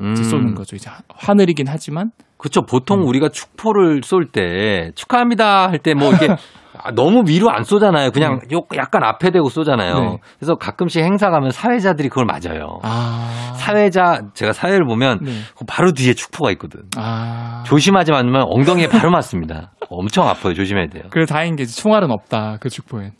음.
이제 쏘는 거죠. 음. 이제 하- 하늘이긴 하지만
그쵸. 보통 우리가 축포를 쏠 때 축하합니다 할 때 뭐 이렇게 아, 너무 위로 안 쏘잖아요. 그냥 요- 약간 앞에 대고 쏘잖아요.
네.
그래서 가끔씩 행사 가면 사회자들이 그걸 맞아요.
아
사회자 제가 사회를 보면 그
네.
바로 뒤에 축포가 있거든.
아
조심하지 않으면 엉덩이에 바로 맞습니다. 엄청 아파요. 조심해야 돼요.
그래 다행인 게 이제 총알은 없다 그 축포엔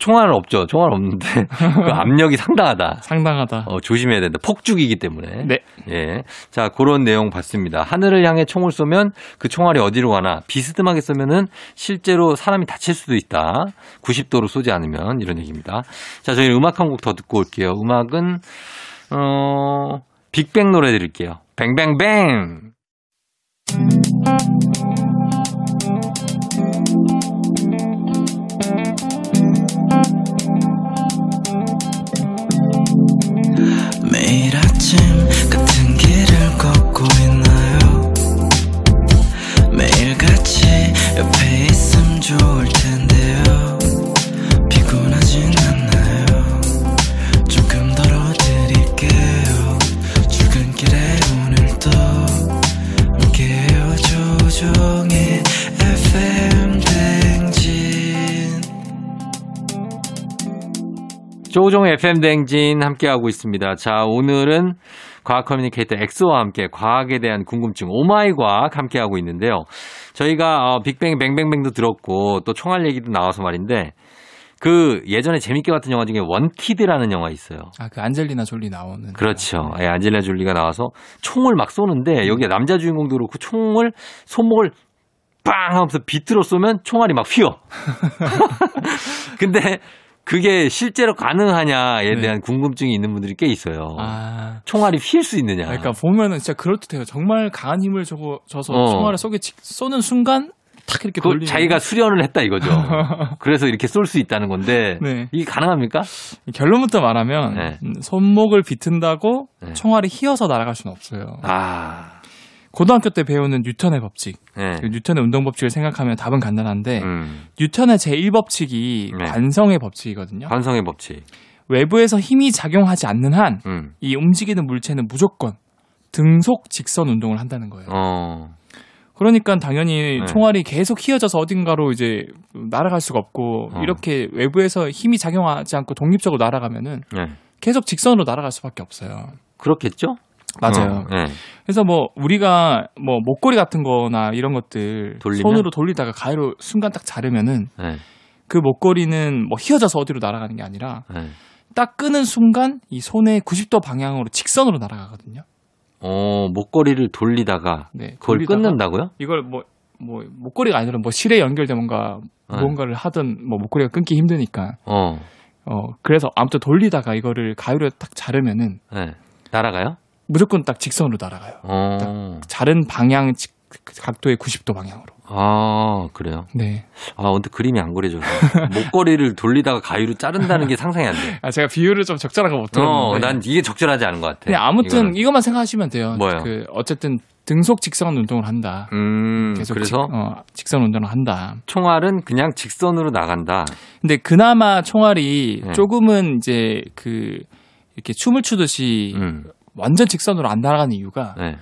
총알은 없죠. 총알 없는데 그 압력이 상당하다.
상당하다.
어, 조심해야 된다. 폭죽이기 때문에.
네.
예. 자, 그런 내용 봤습니다. 하늘을 향해 총을 쏘면 그 총알이 어디로 가나 비스듬하게 쏘면은 실제로 사람이 다칠 수도 있다. 90도로 쏘지 않으면 이런 얘기입니다. 자, 저희 음악 한 곡 더 듣고 올게요. 음악은, 어, 빅뱅 노래 드릴게요. 뱅뱅뱅!
매일 아침 같은 길을 걷고 있나요 매일 같이 옆에 있음 좋을 텐데요 피곤하진 않나요 조금 덜어드릴게요 출근길에 오늘도 함께해요 조종의 FM 댕진
조종 FM 댕진 함께하고 있습니다. 자, 오늘은 과학 커뮤니케이터 엑소와 함께 과학에 대한 궁금증 오마이 과학 함께하고 있는데요. 저희가 어, 빅뱅 뱅뱅뱅도 들었고 또 총알 얘기도 나와서 말인데 그 예전에 재밌게 봤던 영화 중에 원키드라는 영화 있어요.
아 그 안젤리나 졸리 나오는
그렇죠. 예, 안젤리나 줄리가 나와서 총을 막 쏘는데 여기에 남자 주인공도 그렇고 총을 손목을 빵 하면서 비트로 쏘면 총알이 막 휘어. 근데 그게 실제로 가능하냐에
네.
대한 궁금증이 있는 분들이 꽤 있어요.
아
총알이 휘일 수 있느냐.
그러니까 보면은 진짜 그럴듯해요. 정말 강한 힘을 저거 줘서
어.
총알을 쏘게 치- 쏘는 순간 탁 이렇게
그걸
돌리는
자기가 수련을 했다 이거죠. 그래서 이렇게 쏠 수 있다는 건데
네.
이게 가능합니까?
결론부터 말하면
네.
음, 손목을 비튼다고
네.
총알이 휘어서 날아갈 수는 없어요.
아,
고등학교 때 배우는 뉴턴의 법칙,
네.
그 네. 뉴턴의 운동 법칙을 생각하면 답은 간단한데
음,
뉴턴의 제1법칙이
네.
관성의 법칙이거든요.
반성의 법칙.
외부에서 힘이 작용하지 않는 한 이
음,
움직이는 물체는 무조건 등속 직선 운동을 한다는 거예요.
어,
그러니까 당연히
네.
총알이 계속 휘어져서 어딘가로 이제 날아갈 수가 없고
어.
이렇게 외부에서 힘이 작용하지 않고 독립적으로 날아가면은
네.
계속 직선으로 날아갈 수밖에 없어요.
그렇겠죠?
맞아요.
어, 네.
그래서 뭐 우리가 뭐 목걸이 같은 거나 이런 것들
돌리면?
손으로 돌리다가 가위로 순간 딱 자르면은
네.
그 목걸이는 뭐 휘어져서 어디로 날아가는 게 아니라
네.
딱 끄는 순간 이 손의 90도 방향으로 직선으로 날아가거든요.
어, 목걸이를 돌리다가
네.
그걸
돌리다가
끊는다고요?
이걸 뭐, 뭐, 목걸이가 아니라 뭐 실에 연결된 뭔가,
네.
무언가를 하든 뭐 목걸이가 끊기 힘드니까.
어.
어, 그래서 아무튼 돌리다가 이거를 가위로 딱 자르면은
네. 날아가요?
무조건 딱 직선으로 날아가요.
어.
자른 방향, 직- 각도의 90도 방향으로.
아, 그래요.
네.
아, 근데 그림이 안 그려져서. 목걸이를 돌리다가 가위로 자른다는 게 상상이 안 돼.
아, 제가 비유를 좀 적절한 거 못 들었는데.
어, 난 이게 적절하지 않은 것 같아.
그냥 아무튼
이거는.
이것만 생각하시면 돼요.
뭐요?
그 어쨌든 등속 직선 운동을 한다.
음,
계속
그래서
직, 어, 직선 운동을 한다.
총알은 그냥 직선으로 나간다.
근데 그나마 총알이
네.
조금은 이제 그 이렇게 춤을 추듯이
음,
완전 직선으로 안 날아가는 이유가
네.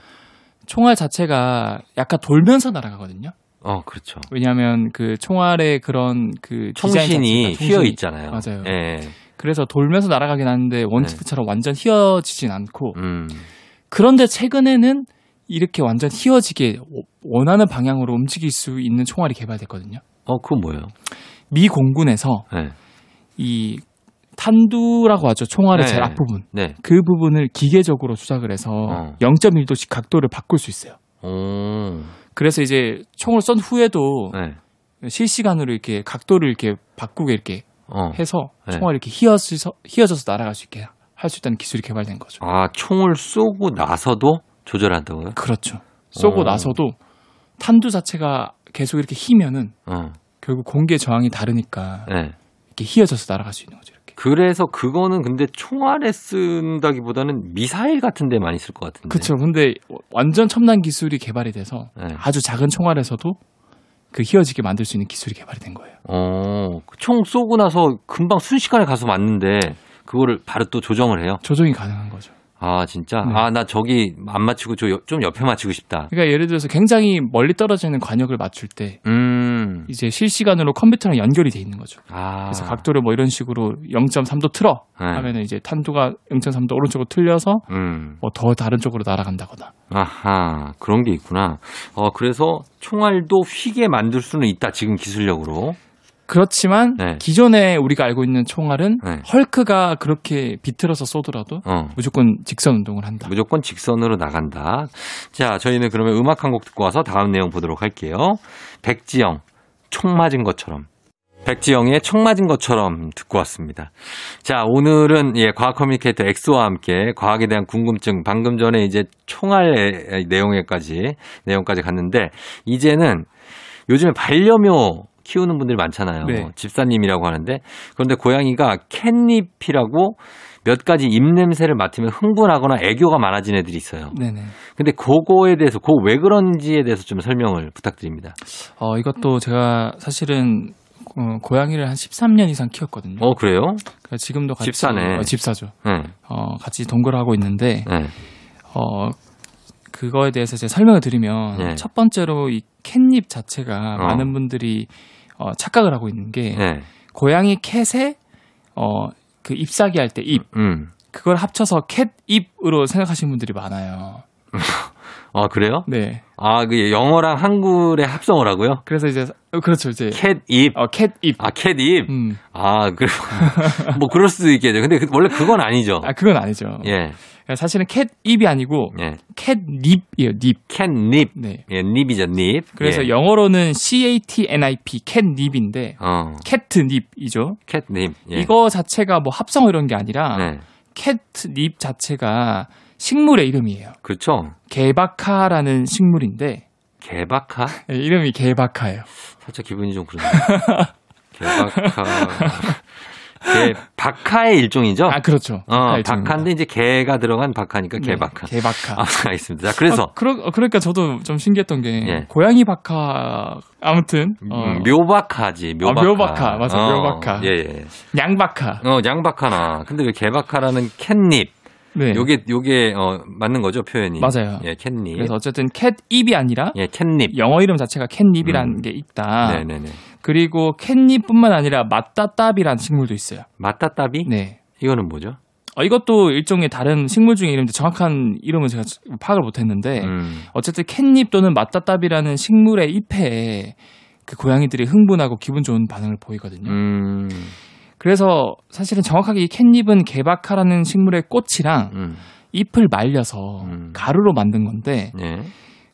총알 자체가 약간 돌면서 날아가거든요.
어, 그렇죠.
왜냐하면 그 총알의 그런 그 디자인
총신이
자체가
휘어
총신이-
있잖아요. 네.
맞아요.
예.
그래서 돌면서 날아가긴 하는데 원티프처럼 완전 휘어지진 않고
음.
그런데 최근에는 이렇게 완전 휘어지게 원하는 방향으로 움직일 수 있는 총알이 개발됐거든요.
어, 그거 뭐예요?
미 공군에서
예.
이 탄두라고 하죠. 총알의
네.
제일 앞부분.
네.
그 부분을 기계적으로 조작을 해서
어.
0.1도씩 각도를 바꿀 수 있어요.
오.
그래서 이제 총을 쏜 후에도
네.
실시간으로 이렇게 각도를 이렇게 바꾸게 이렇게
어.
해서
네.
총알이 이렇게 휘어져서, 휘어져서 날아갈 수 있게 할 수 있다는 기술이 개발된 거죠.
아, 총을 쏘고 나서도 조절한다고요?
그렇죠. 쏘고
어.
나서도 탄두 자체가 계속 이렇게 휘면은
어.
결국 공기의 저항이 다르니까
네.
이렇게 휘어져서 날아갈 수 있는 거죠. 이렇게.
그래서 그거는 근데 총알에 쓴다기보다는 미사일 같은 데 많이 쓸 것 같은데.
그렇죠. 근데 완전 첨단 기술이 개발이 돼서
네.
아주 작은 총알에서도 그 휘어지게 만들 수 있는 기술이 개발이 된 거예요.
어, 그총 쏘고 나서 금방 순식간에 가서 맞는데 그거를 바로 또 조정을 해요.
조정이 가능한 거죠.
아, 진짜.
네.
아, 나 저기 안 맞추고 저 좀 옆에 맞추고 싶다.
그러니까 예를 들어서 굉장히 멀리 떨어지는 관역을 맞출 때
음.
이제 실시간으로 컴퓨터랑 연결이 돼 있는 거죠.
아.
그래서 각도를 뭐 이런 식으로 0.3도 틀어
네.
하면은 이제 탄두가 0.3도 오른쪽으로 틀려서
음.
뭐 더 다른 쪽으로 날아간다거나
아하. 그런 게 있구나. 어, 그래서 총알도 휘게 만들 수는 있다. 지금 기술력으로.
그렇지만
네.
기존에 우리가 알고 있는 총알은
네.
헐크가 그렇게 비틀어서 쏘더라도
어.
무조건 직선 운동을 한다.
무조건 직선으로 나간다. 자, 저희는 그러면 음악 한 곡 듣고 와서 다음 내용 보도록 할게요. 백지영, 총 맞은 것처럼. 백지영의 총 맞은 것처럼 듣고 왔습니다. 자, 오늘은 예, 과학 커뮤니케이터 엑소와 함께 과학에 대한 궁금증 방금 전에 이제 총알 내용에까지 내용까지 갔는데 이제는 요즘에 반려묘 키우는 분들이 많잖아요.
네.
집사님이라고 하는데 그런데 고양이가 캣닙이라고 몇 가지 입냄새를 맡으면 흥분하거나 애교가 많아진 애들이 있어요.
네네.
근데 그거에 대해서 그거 왜 그런지에 대해서 좀 설명을 부탁드립니다.
어, 이것도 제가 사실은 어, 고양이를 한 13년 이상 키웠거든요.
어 그래요?
그러니까 지금도 같이
집사네.
어, 집사죠.
네.
어, 같이 동거를 하고 있는데
네.
어, 그거에 대해서 제가 설명을 드리면
네.
첫 번째로 이 캣닙 자체가
어.
많은 분들이 어, 착각을 하고 있는 게
네.
고양이 캣에 어, 그 잎사귀 할 때 잎
음.
그걸 합쳐서 캣잎으로 생각하시는 분들이 많아요.
아 그래요?
네.
아 그 영어랑 한글의 합성을 하고요?
그래서 이제 어, 그렇죠. 이제
캣입.
어, 캣잎.
아 캣입.
음.
아 그래. 뭐 그럴 수도 있겠죠. 근데 그- 원래 그건 아니죠.
아, 그건 아니죠. 그러니까
예.
사실은 캣잎이 아니고
예.
캣닙이에요. 닙.
캣닙.
네.
예, 닙이죠, 닙.
그래서
예.
영어로는 CATNIP, 캣닙인데
어,
캣닙이죠.
캣닙. 예.
이거 자체가 뭐 합성어 이런 게 아니라
네.
캣닙 자체가 식물의 이름이에요.
그렇죠.
개바카라는 식물인데
개박하.
네, 이름이 개바카예요.
살짝 기분이 좀 그러네요. 개박하. 개, 박하의 일종이죠?
아 그렇죠.
어,
알죠.
박하인데 이제 개가 들어간 박하니까
네,
개박하.
개바카.
아, 알겠습니다. 자, 그래서
아, 그러, 어, 그러니까 저도 좀 신기했던 게
예.
고양이 바카 아무튼 어,
음, 묘박하지, 묘박하.
묘박하. 맞아,
어,
묘박하.
예, 예.
양바카.
어, 양박하나. 근데 왜 개박하라는 캣닙?
네.
요게, 요게, 어, 맞는 거죠, 표현이?
맞아요.
예, 캣닙.
그래서 어쨌든 캣잎이 아니라
예, 캣닙.
영어 이름 자체가 캣닙이라는
음.
게 있다.
네네네.
그리고 캣닙뿐만 아니라 맞다따비라는 식물도 있어요.
맞다따비?
네.
이거는 뭐죠?
어, 이것도 일종의 다른 식물 중의 이름인데 정확한 이름은 제가 파악을 못했는데
음.
어쨌든 캣닙 또는 맞다따비라는 식물의 잎에 그 고양이들이 흥분하고 기분 좋은 반응을 보이거든요.
음.
그래서 사실은 정확하게 이 캣닙은 개박하라는 식물의 꽃이랑
음.
잎을 말려서
음.
가루로 만든 건데
예.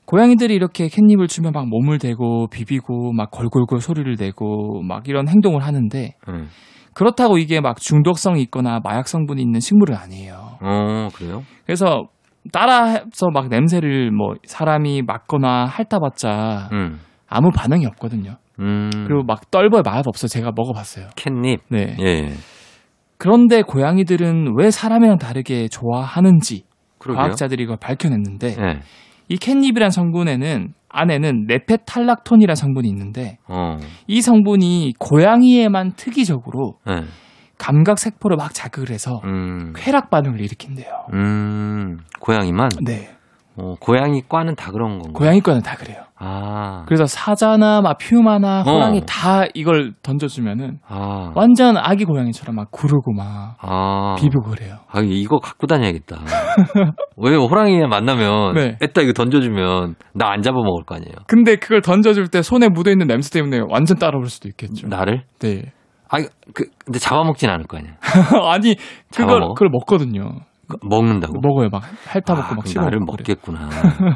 고양이들이 이렇게 캣닙을 주면 막 몸을 대고 비비고 막 골골골 소리를 내고 막 이런 행동을 하는데
음.
그렇다고 이게 막 중독성이 있거나 마약 성분이 있는 식물은 아니에요.
어, 그래요?
그래서 따라서 막 냄새를 뭐 사람이 맡거나 핥아봤자
음.
아무 반응이 없거든요.
음.
그리고 막 떨벌 맛 없어 제가 먹어봤어요.
캣닙.
네.
예, 예.
그런데 고양이들은 왜 사람이랑 다르게 좋아하는지
그러게요.
과학자들이 이걸 밝혀냈는데
예.
이 캣닙이란 성분에는 안에는 네페탈락톤이라는 성분이 있는데
어.
이 성분이 고양이에만 특이적으로
예.
감각 세포를 막 자극을 해서
음.
쾌락 반응을 일으킨대요.
음. 고양이만
네.
어, 고양이과는 다 그런 건가요?
고양이과는 다 그래요.
아.
그래서 사자나 막 퓨마나
어.
호랑이 다 이걸 던져주면은
아.
완전 아기 고양이처럼 막 구르고 막
아.
비비고 그래요.
아, 이거 갖고 다녀야겠다. 왜 호랑이 만나면,
네.
애따 이거 던져주면, 나 안 잡아먹을 거 아니에요?
근데 그걸 던져줄 때 손에 묻어있는 냄새 때문에 완전 따라올 수도 있겠죠.
나를?
네.
아, 그, 근데 잡아먹진 않을 거 아니야.
아니
잡아
그걸
먹어?
그걸 먹거든요.
그, 먹는다고?
먹어요. 막
아,
핥아 먹고 뭐 막
그럼
씹어
나를
먹고 그래요.
먹겠구나.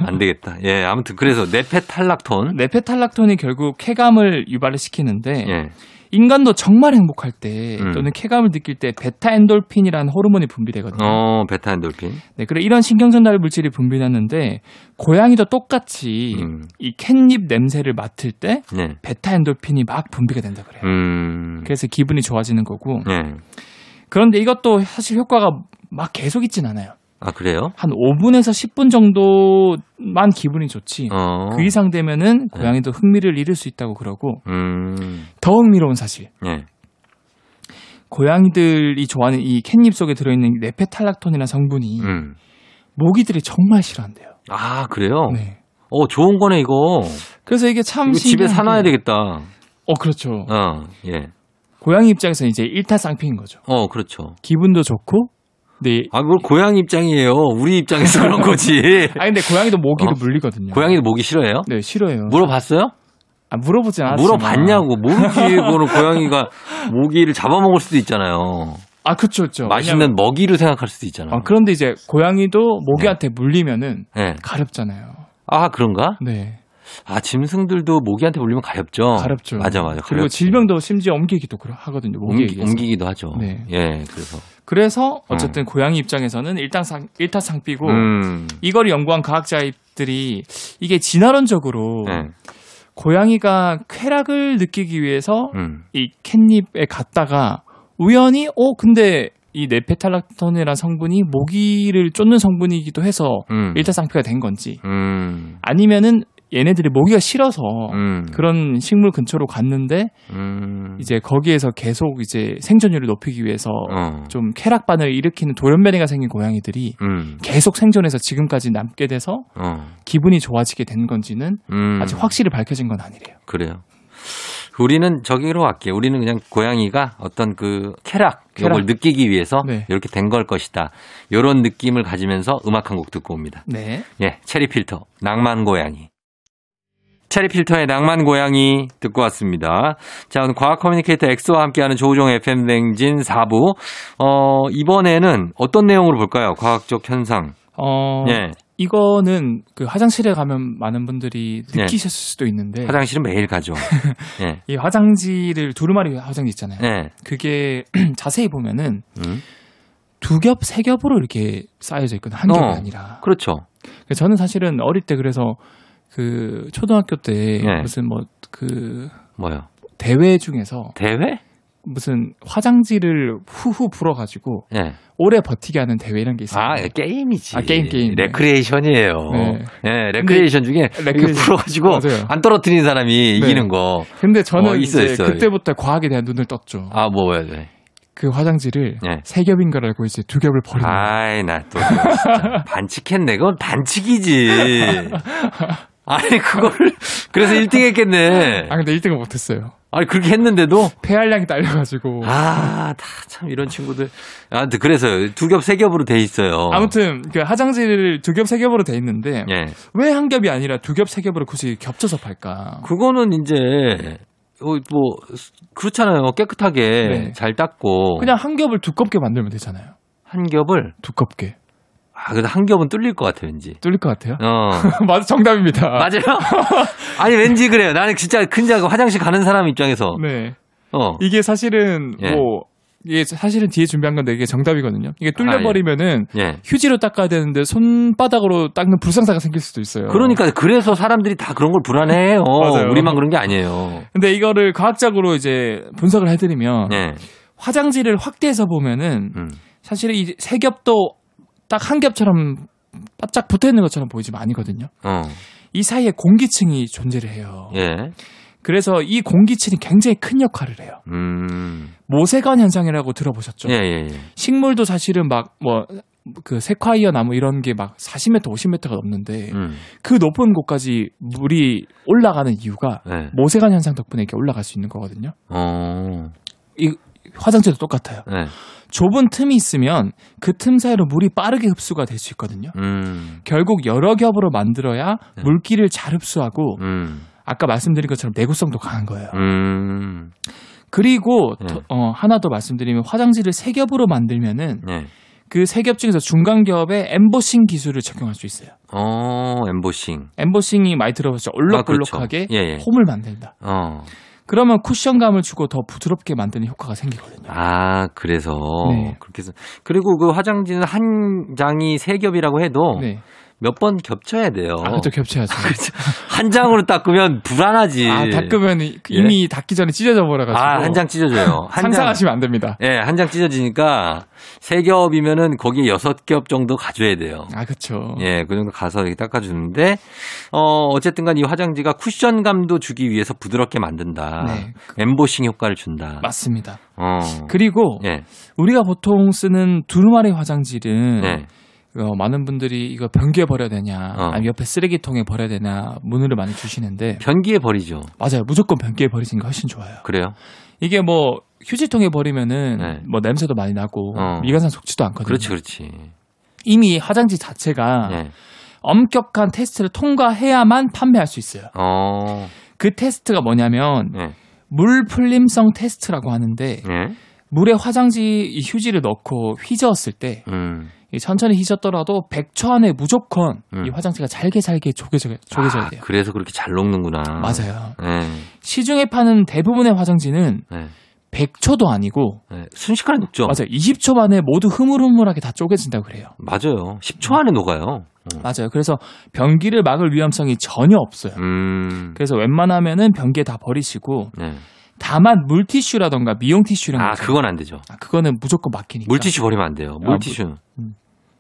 안 되겠다. 예, 아무튼 그래서 내패 탈락톤.
네페탈락톤이 결국 쾌감을 유발을 시키는데
예.
인간도 정말 행복할 때
음.
또는 쾌감을 느낄 때 베타엔돌핀이라는 호르몬이 분비되거든요.
어, 베타엔돌핀.
네, 그래 이런 신경전달 물질이 분비되는데 고양이도 똑같이
음.
이 캣닙 냄새를 맡을 때
네.
베타엔돌핀이 막 분비가 된다 그래요.
음.
그래서 기분이 좋아지는 거고
예.
그런데 이것도 사실 효과가 막 계속 있진 않아요.
아, 그래요?
한 5분에서 10분 정도만 기분이 좋지
어.
그 이상 되면은 고양이도 흥미를 잃을 수 있다고 그러고
음.
더 흥미로운 사실
예.
고양이들이 좋아하는 이 캣닙 속에 들어있는 네 레페탈락톤이라는 성분이
음.
모기들이 정말 싫어한대요.
아, 그래요?
네.
어, 좋은 거네, 이거.
그래서 이게 참
이거 집에
신기한
사놔야
게-
되겠다.
어 그렇죠.
어, 예.
고양이 입장에서 이제 일타쌍피인 거죠.
어, 그렇죠.
기분도 좋고 네. 근데
아, 그걸 고양이 입장이에요. 우리 입장에서 그런 거지.
아 근데 고양이도 모기를
어?
물리거든요.
고양이도 목이 싫어해요?
네 싫어요.
물어봤어요?
아, 물어보진 않았어요.
물어봤냐고. 모르지. 그거는 고양이가 모기를 잡아먹을 수도 있잖아요.
아 그렇죠, 그렇죠.
맛있는 음. 네. 먹이로 생각할 수도 있잖아.
아, 그런데 이제 고양이도 모기한테 물리면은
예.
가렵잖아요.
아, 그런가?
네,
아, 짐승들도 모기한테 물리면 가렵죠.
가렵죠.
맞아, 맞아.
그리고
가렵죠.
질병도 심지어 옮기기도 그러- 하거든요. 모기에
그렇죠. 옮기,
의해서.
옮기기도 하죠.
네.
예, 그래서.
그래서 어쨌든 고양이 입장에서는 일당상 일타상피고
음.
이걸 연구한 과학자들이 이게 진화론적으로
예.
고양이가 쾌락을 느끼기 위해서
음.
이 캣닙에 갔다가 우연히 어 근데 이 네페탈락톤이라는 성분이 모기를 쫓는 성분이기도 해서
음.
일타상피가 된 건지
음.
아니면은 얘네들이 모기가 싫어서
음.
그런 식물 근처로 갔는데
음.
이제 거기에서 계속 이제 생존율을 높이기 위해서
어.
좀 쾌락반을 일으키는 돌연변이가 생긴 고양이들이
음.
계속 생존해서 지금까지 남게 돼서
어.
기분이 좋아지게 된 건지는
음.
아직 확실히 밝혀진 건 아니래요.
그래요. 우리는 저기로 갈게요. 우리는 그냥 고양이가 어떤 그 쾌락,
쾌락.
이걸 느끼기 위해서
네.
이렇게 된 걸 것이다. 요런 느낌을 가지면서 음악 한 곡 듣고 옵니다.
네.
예, 체리필터, 낭만 고양이. 체리필터의 낭만 고양이 듣고 왔습니다. 자, 오늘 과학 커뮤니케이터 엑소와 함께하는 조우종 FM 맹진 4부. 어, 이번에는 어떤 내용으로 볼까요? 과학적 현상.
어
예,
이거는 그 화장실에 가면 많은 분들이
예.
느끼셨을 수도 있는데
화장실은 매일 가죠. 예,
이 화장지를 두루마리 화장지 있잖아요.
예.
그게 자세히 보면은
음,
두 겹, 세 겹으로 이렇게 쌓여져 있거든요. 한 겹이
어.
아니라.
그렇죠.
그래서 저는 사실은 어릴 때 그래서 그 초등학교 때
네.
무슨 뭐 그
뭐요?
대회 중에서
대회?
무슨 화장지를 후후 불어가지고
예.
오래 버티게 하는 대회 이런 게 있어요.
아, 게임이지.
아, 게임, 게임.
레크레이션이에요.
네.
예, 레크레이션 네. 중에 이렇게
레크레이션.
풀어가지고
맞아요.
안 떨어뜨린 사람이 이기는 거.
근데 저는
어, 있어요,
이제
있어요.
그때부터 과학에 대한 눈을 떴죠.
아, 뭐야, 네.
그 화장지를
네.
세 겹인 걸 알고 이제 두 겹을 버리는 거예요.
아이, 나 또. 진짜 반칙했네. 그건 반칙이지. 아니, 그거를. 그래서 1등 했겠네.
아 근데 1등을 못했어요.
아니, 그렇게 했는데도.
폐활량이 딸려가지고
아, 다 참 이런 친구들. 아, 그래서 두 겹, 세 겹으로 돼 있어요.
아무튼 그 화장지를 두 겹 세 겹으로 돼 있는데
예.
왜 한 겹이 아니라 두 겹 세 겹으로 굳이 겹쳐서 팔까?
그거는 이제, 어, 뭐, 그렇잖아요. 깨끗하게
네.
잘 닦고.
그냥 한 겹을 두껍게 만들면 되잖아요.
한 겹을
두껍게
아 그래도 한 겹은 뚫릴 것 같아 왠지
뚫릴 것 같아요.
어
맞아 정답입니다.
맞아요 아니 왠지 그래요 나는 진짜 큰자 화장실 가는 사람 입장에서
네
어
이게 사실은
예.
뭐 이게 사실은 뒤에 준비한 건데 이게 정답이거든요.
아,
이게 뚫려 버리면은
예.
휴지로 닦아야 되는데 손바닥으로 닦는 불상사가 생길 수도 있어요.
그러니까 그래서 사람들이 다 그런 걸 불안해해요
맞아요.
우리만 그런 게 아니에요
근데 이거를 과학적으로 이제 분석을 해드리면
예
화장지를 확대해서 보면은
음.
사실 이 세 겹도 딱 한 겹처럼 바짝 붙어 있는 것처럼 보이지만 아니거든요.
어,
이 사이에 공기층이 존재를 해요.
예,
그래서 이 공기층이 굉장히 큰 역할을 해요.
음,
모세관 현상이라고 들어보셨죠?
예, 예, 예.
식물도 사실은 막 뭐 그 세콰이어 나무 이런 게 막 40m, 50m가 넘는데
음,
그 높은 곳까지 물이 올라가는 이유가
네.
모세관 현상 덕분에 이렇게 올라갈 수 있는 거거든요.
어,
화장실도 똑같아요.
네.
좁은 틈이 있으면 그 틈 사이로 물이 빠르게 흡수가 될 수 있거든요.
음,
결국 여러 겹으로 만들어야
네.
물기를 잘 흡수하고
음,
아까 말씀드린 것처럼 내구성도 강한 거예요.
음,
그리고
네.
더- 어, 하나 더 말씀드리면 화장지를 세 겹으로 만들면은
네.
그 세 겹 중에서 중간 겹에 엠보싱 기술을 적용할 수 있어요.
어, 엠보싱.
엠보싱이 많이 들어봤죠. 얼룩덜룩하게
아, 그렇죠. 예, 예.
홈을 만든다.
어,
그러면 쿠션감을 주고 더 부드럽게 만드는 효과가 생기거든요.
아, 그래서.
네.
그렇게 해서. 그리고 그 화장지는 한 장이 세 겹이라고 해도
네.
몇 번 겹쳐야 돼요.
아, 그것도 겹쳐야죠.
한 장으로 닦으면 불안하지.
아, 닦으면 이- 이미 닦기 전에 찢어져 버려가지고.
예. 아, 한 장 찢어져요. 한 장.
상상하시면 안 됩니다.
예, 한 장 찢어지니까 세 겹이면은 거기 여섯 겹 정도 가져야 돼요.
아, 그쵸.
예, 그 정도 가서 이렇게 닦아주는데, 어, 어쨌든 간 이 화장지가 쿠션감도 주기 위해서 부드럽게 만든다.
네.
엠보싱 효과를 준다.
맞습니다.
어.
그리고
예,
우리가 보통 쓰는 두루마리 화장지는
네.
어, 많은 분들이 이거 변기에 버려야 되냐,
어.
아니면 옆에 쓰레기통에 버려야 되냐 문의를 많이 주시는데
변기에 버리죠.
맞아요. 무조건 변기에 버리시는 게 훨씬 좋아요.
그래요?
이게 뭐 휴지통에 버리면은
네.
뭐 냄새도 많이 나고
어.
미관상 속지도 않거든요.
그렇지, 그렇지.
이미 화장지 자체가
예.
엄격한 테스트를 통과해야만 판매할 수 있어요.
어,
그 테스트가 뭐냐면
예.
물 풀림성 테스트라고 하는데
예.
물에 화장지 이 휴지를 넣고 휘저었을 때
음.
이 천천히 휘저더라도 100초 안에 무조건
음.
이 화장지가 잘게 잘게 조개져 조개져야
아,
돼요.
그래서 그렇게 잘 녹는구나.
맞아요.
예.
시중에 파는 대부분의 화장지는
예.
100초도 아니고
예. 순식간에 녹죠.
맞아요. 20초 만에 모두 흐물흐물하게 다 쪼개진다고 그래요.
맞아요. 10초 안에 녹아요. 어.
맞아요. 그래서 변기를 막을 위험성이 전혀 없어요.
음.
그래서 웬만하면은 변기에 다 버리시고
예.
다만 물티슈라던가 미용 티슈랑
아, 그건 안 되죠.
아, 그거는 무조건 막히니까.
물티슈 버리면 안 돼요.
아,
물티슈.
음.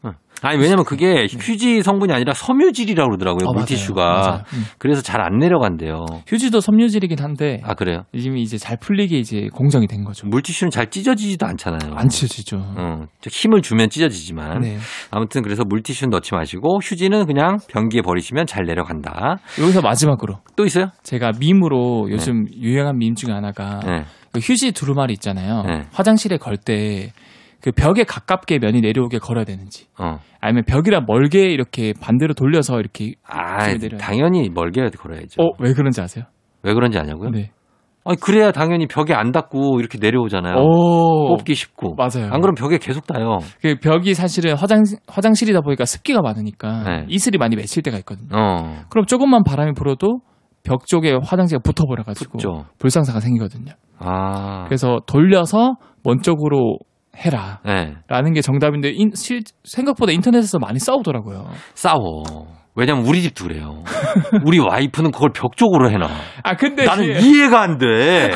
응. 아니 왜냐면 그게 휴지 성분이 아니라 섬유질이라고 그러더라고요.
어, 맞아요.
물티슈가.
맞아요. 음.
그래서 잘 안 내려간대요.
휴지도 섬유질이긴 한데
아 음. 그래요?
이미 이제 잘 풀리게 이제 공정이 된 거죠.
물티슈는 잘 찢어지지도 않잖아요.
안 찢어지죠.
어, 즉 힘을 주면 찢어지지만
네.
아무튼 그래서 물티슈는 넣지 마시고 휴지는 그냥 변기에 버리시면 잘 내려간다.
여기서 마지막으로
또 있어요?
제가 밈으로 요즘 유행한 밈 중에 하나가
네.
그 휴지 두루마리 있잖아요.
네.
화장실에 걸 때 그 벽에 가깝게 면이 내려오게 걸어야 되는지
어.
아니면 벽이랑 멀게 이렇게 반대로 돌려서 이렇게
아
이렇게 내려요.
당연히 멀게 걸어야죠.
어, 왜 그런지 아세요?
왜 그렇죠. 그런지 아냐고요?
네.
아니 그래야 당연히 벽에 안 닿고 이렇게 내려오잖아요.
오,
네. 뽑기 쉽고.
어. 맞아요.
안 그럼 벽에 계속 닿아요.
그 벽이 사실은 화장 화장실이다 보니까 습기가 많으니까
네.
이슬이 많이 맺힐 때가 있거든요.
어.
그럼 조금만 바람이 불어도 벽 쪽에 화장지가 붙어버려 가지고
붙죠.
불상사가 생기거든요.
아.
그래서 돌려서 먼 쪽으로 해라.
네.
라는 게 정답인데 인- 실- 생각보다 인터넷에서 많이 싸우더라고요.
싸워. 왜냐면 우리 집도 그래요. 우리 와이프는 그걸 벽 쪽으로 해놔.
아 근데
나는
그게-
이해가 안 돼.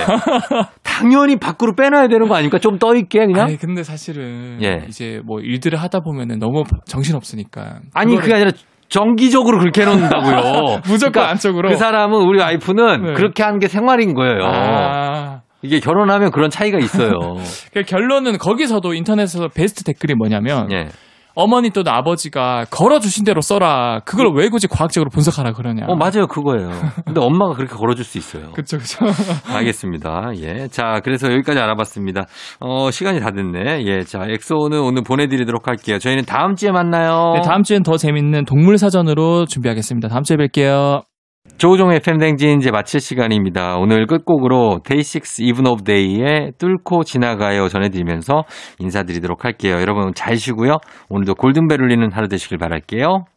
당연히 밖으로 빼놔야 되는 거 아닙니까? 좀 떠있게 그냥?
아니 근데 사실은
예.
이제 뭐 일들을 하다 보면은 너무 정신 없으니까
아니, 그게 아니라 정기적으로 그렇게 해놓는다고요.
무조건
그러니까
안쪽으로
그 사람은 우리 와이프는
네.
그렇게 하는 게 생활인 거예요.
아,
이게 결혼하면 그런 차이가 있어요.
그 결론은 거기서도 인터넷에서 베스트 댓글이 뭐냐면
예.
어머니 또는 아버지가 걸어 주신 대로 써라 그걸 왜 굳이 과학적으로 분석하라 그러냐
어, 맞아요. 그거예요. 근데 엄마가 그렇게 걸어줄 수 있어요.
그쵸 그쵸
알겠습니다. 예. 자, 그래서 여기까지 알아봤습니다. 어, 시간이 다 됐네. 예. 자, 엑소는 오늘 보내드리도록 할게요. 저희는 다음 주에 만나요.
네, 다음 주엔 더 재밌는 동물 사전으로 준비하겠습니다 다음 주에 뵐게요
조우종 FM 댕진 이제 마칠 시간입니다. 오늘 끝곡으로 데이식스 이븐 오브 데이의 뚫고 지나가요 전해드리면서 인사드리도록 할게요. 여러분 잘 쉬고요. 오늘도 골든벨 울리는 하루 되시길 바랄게요.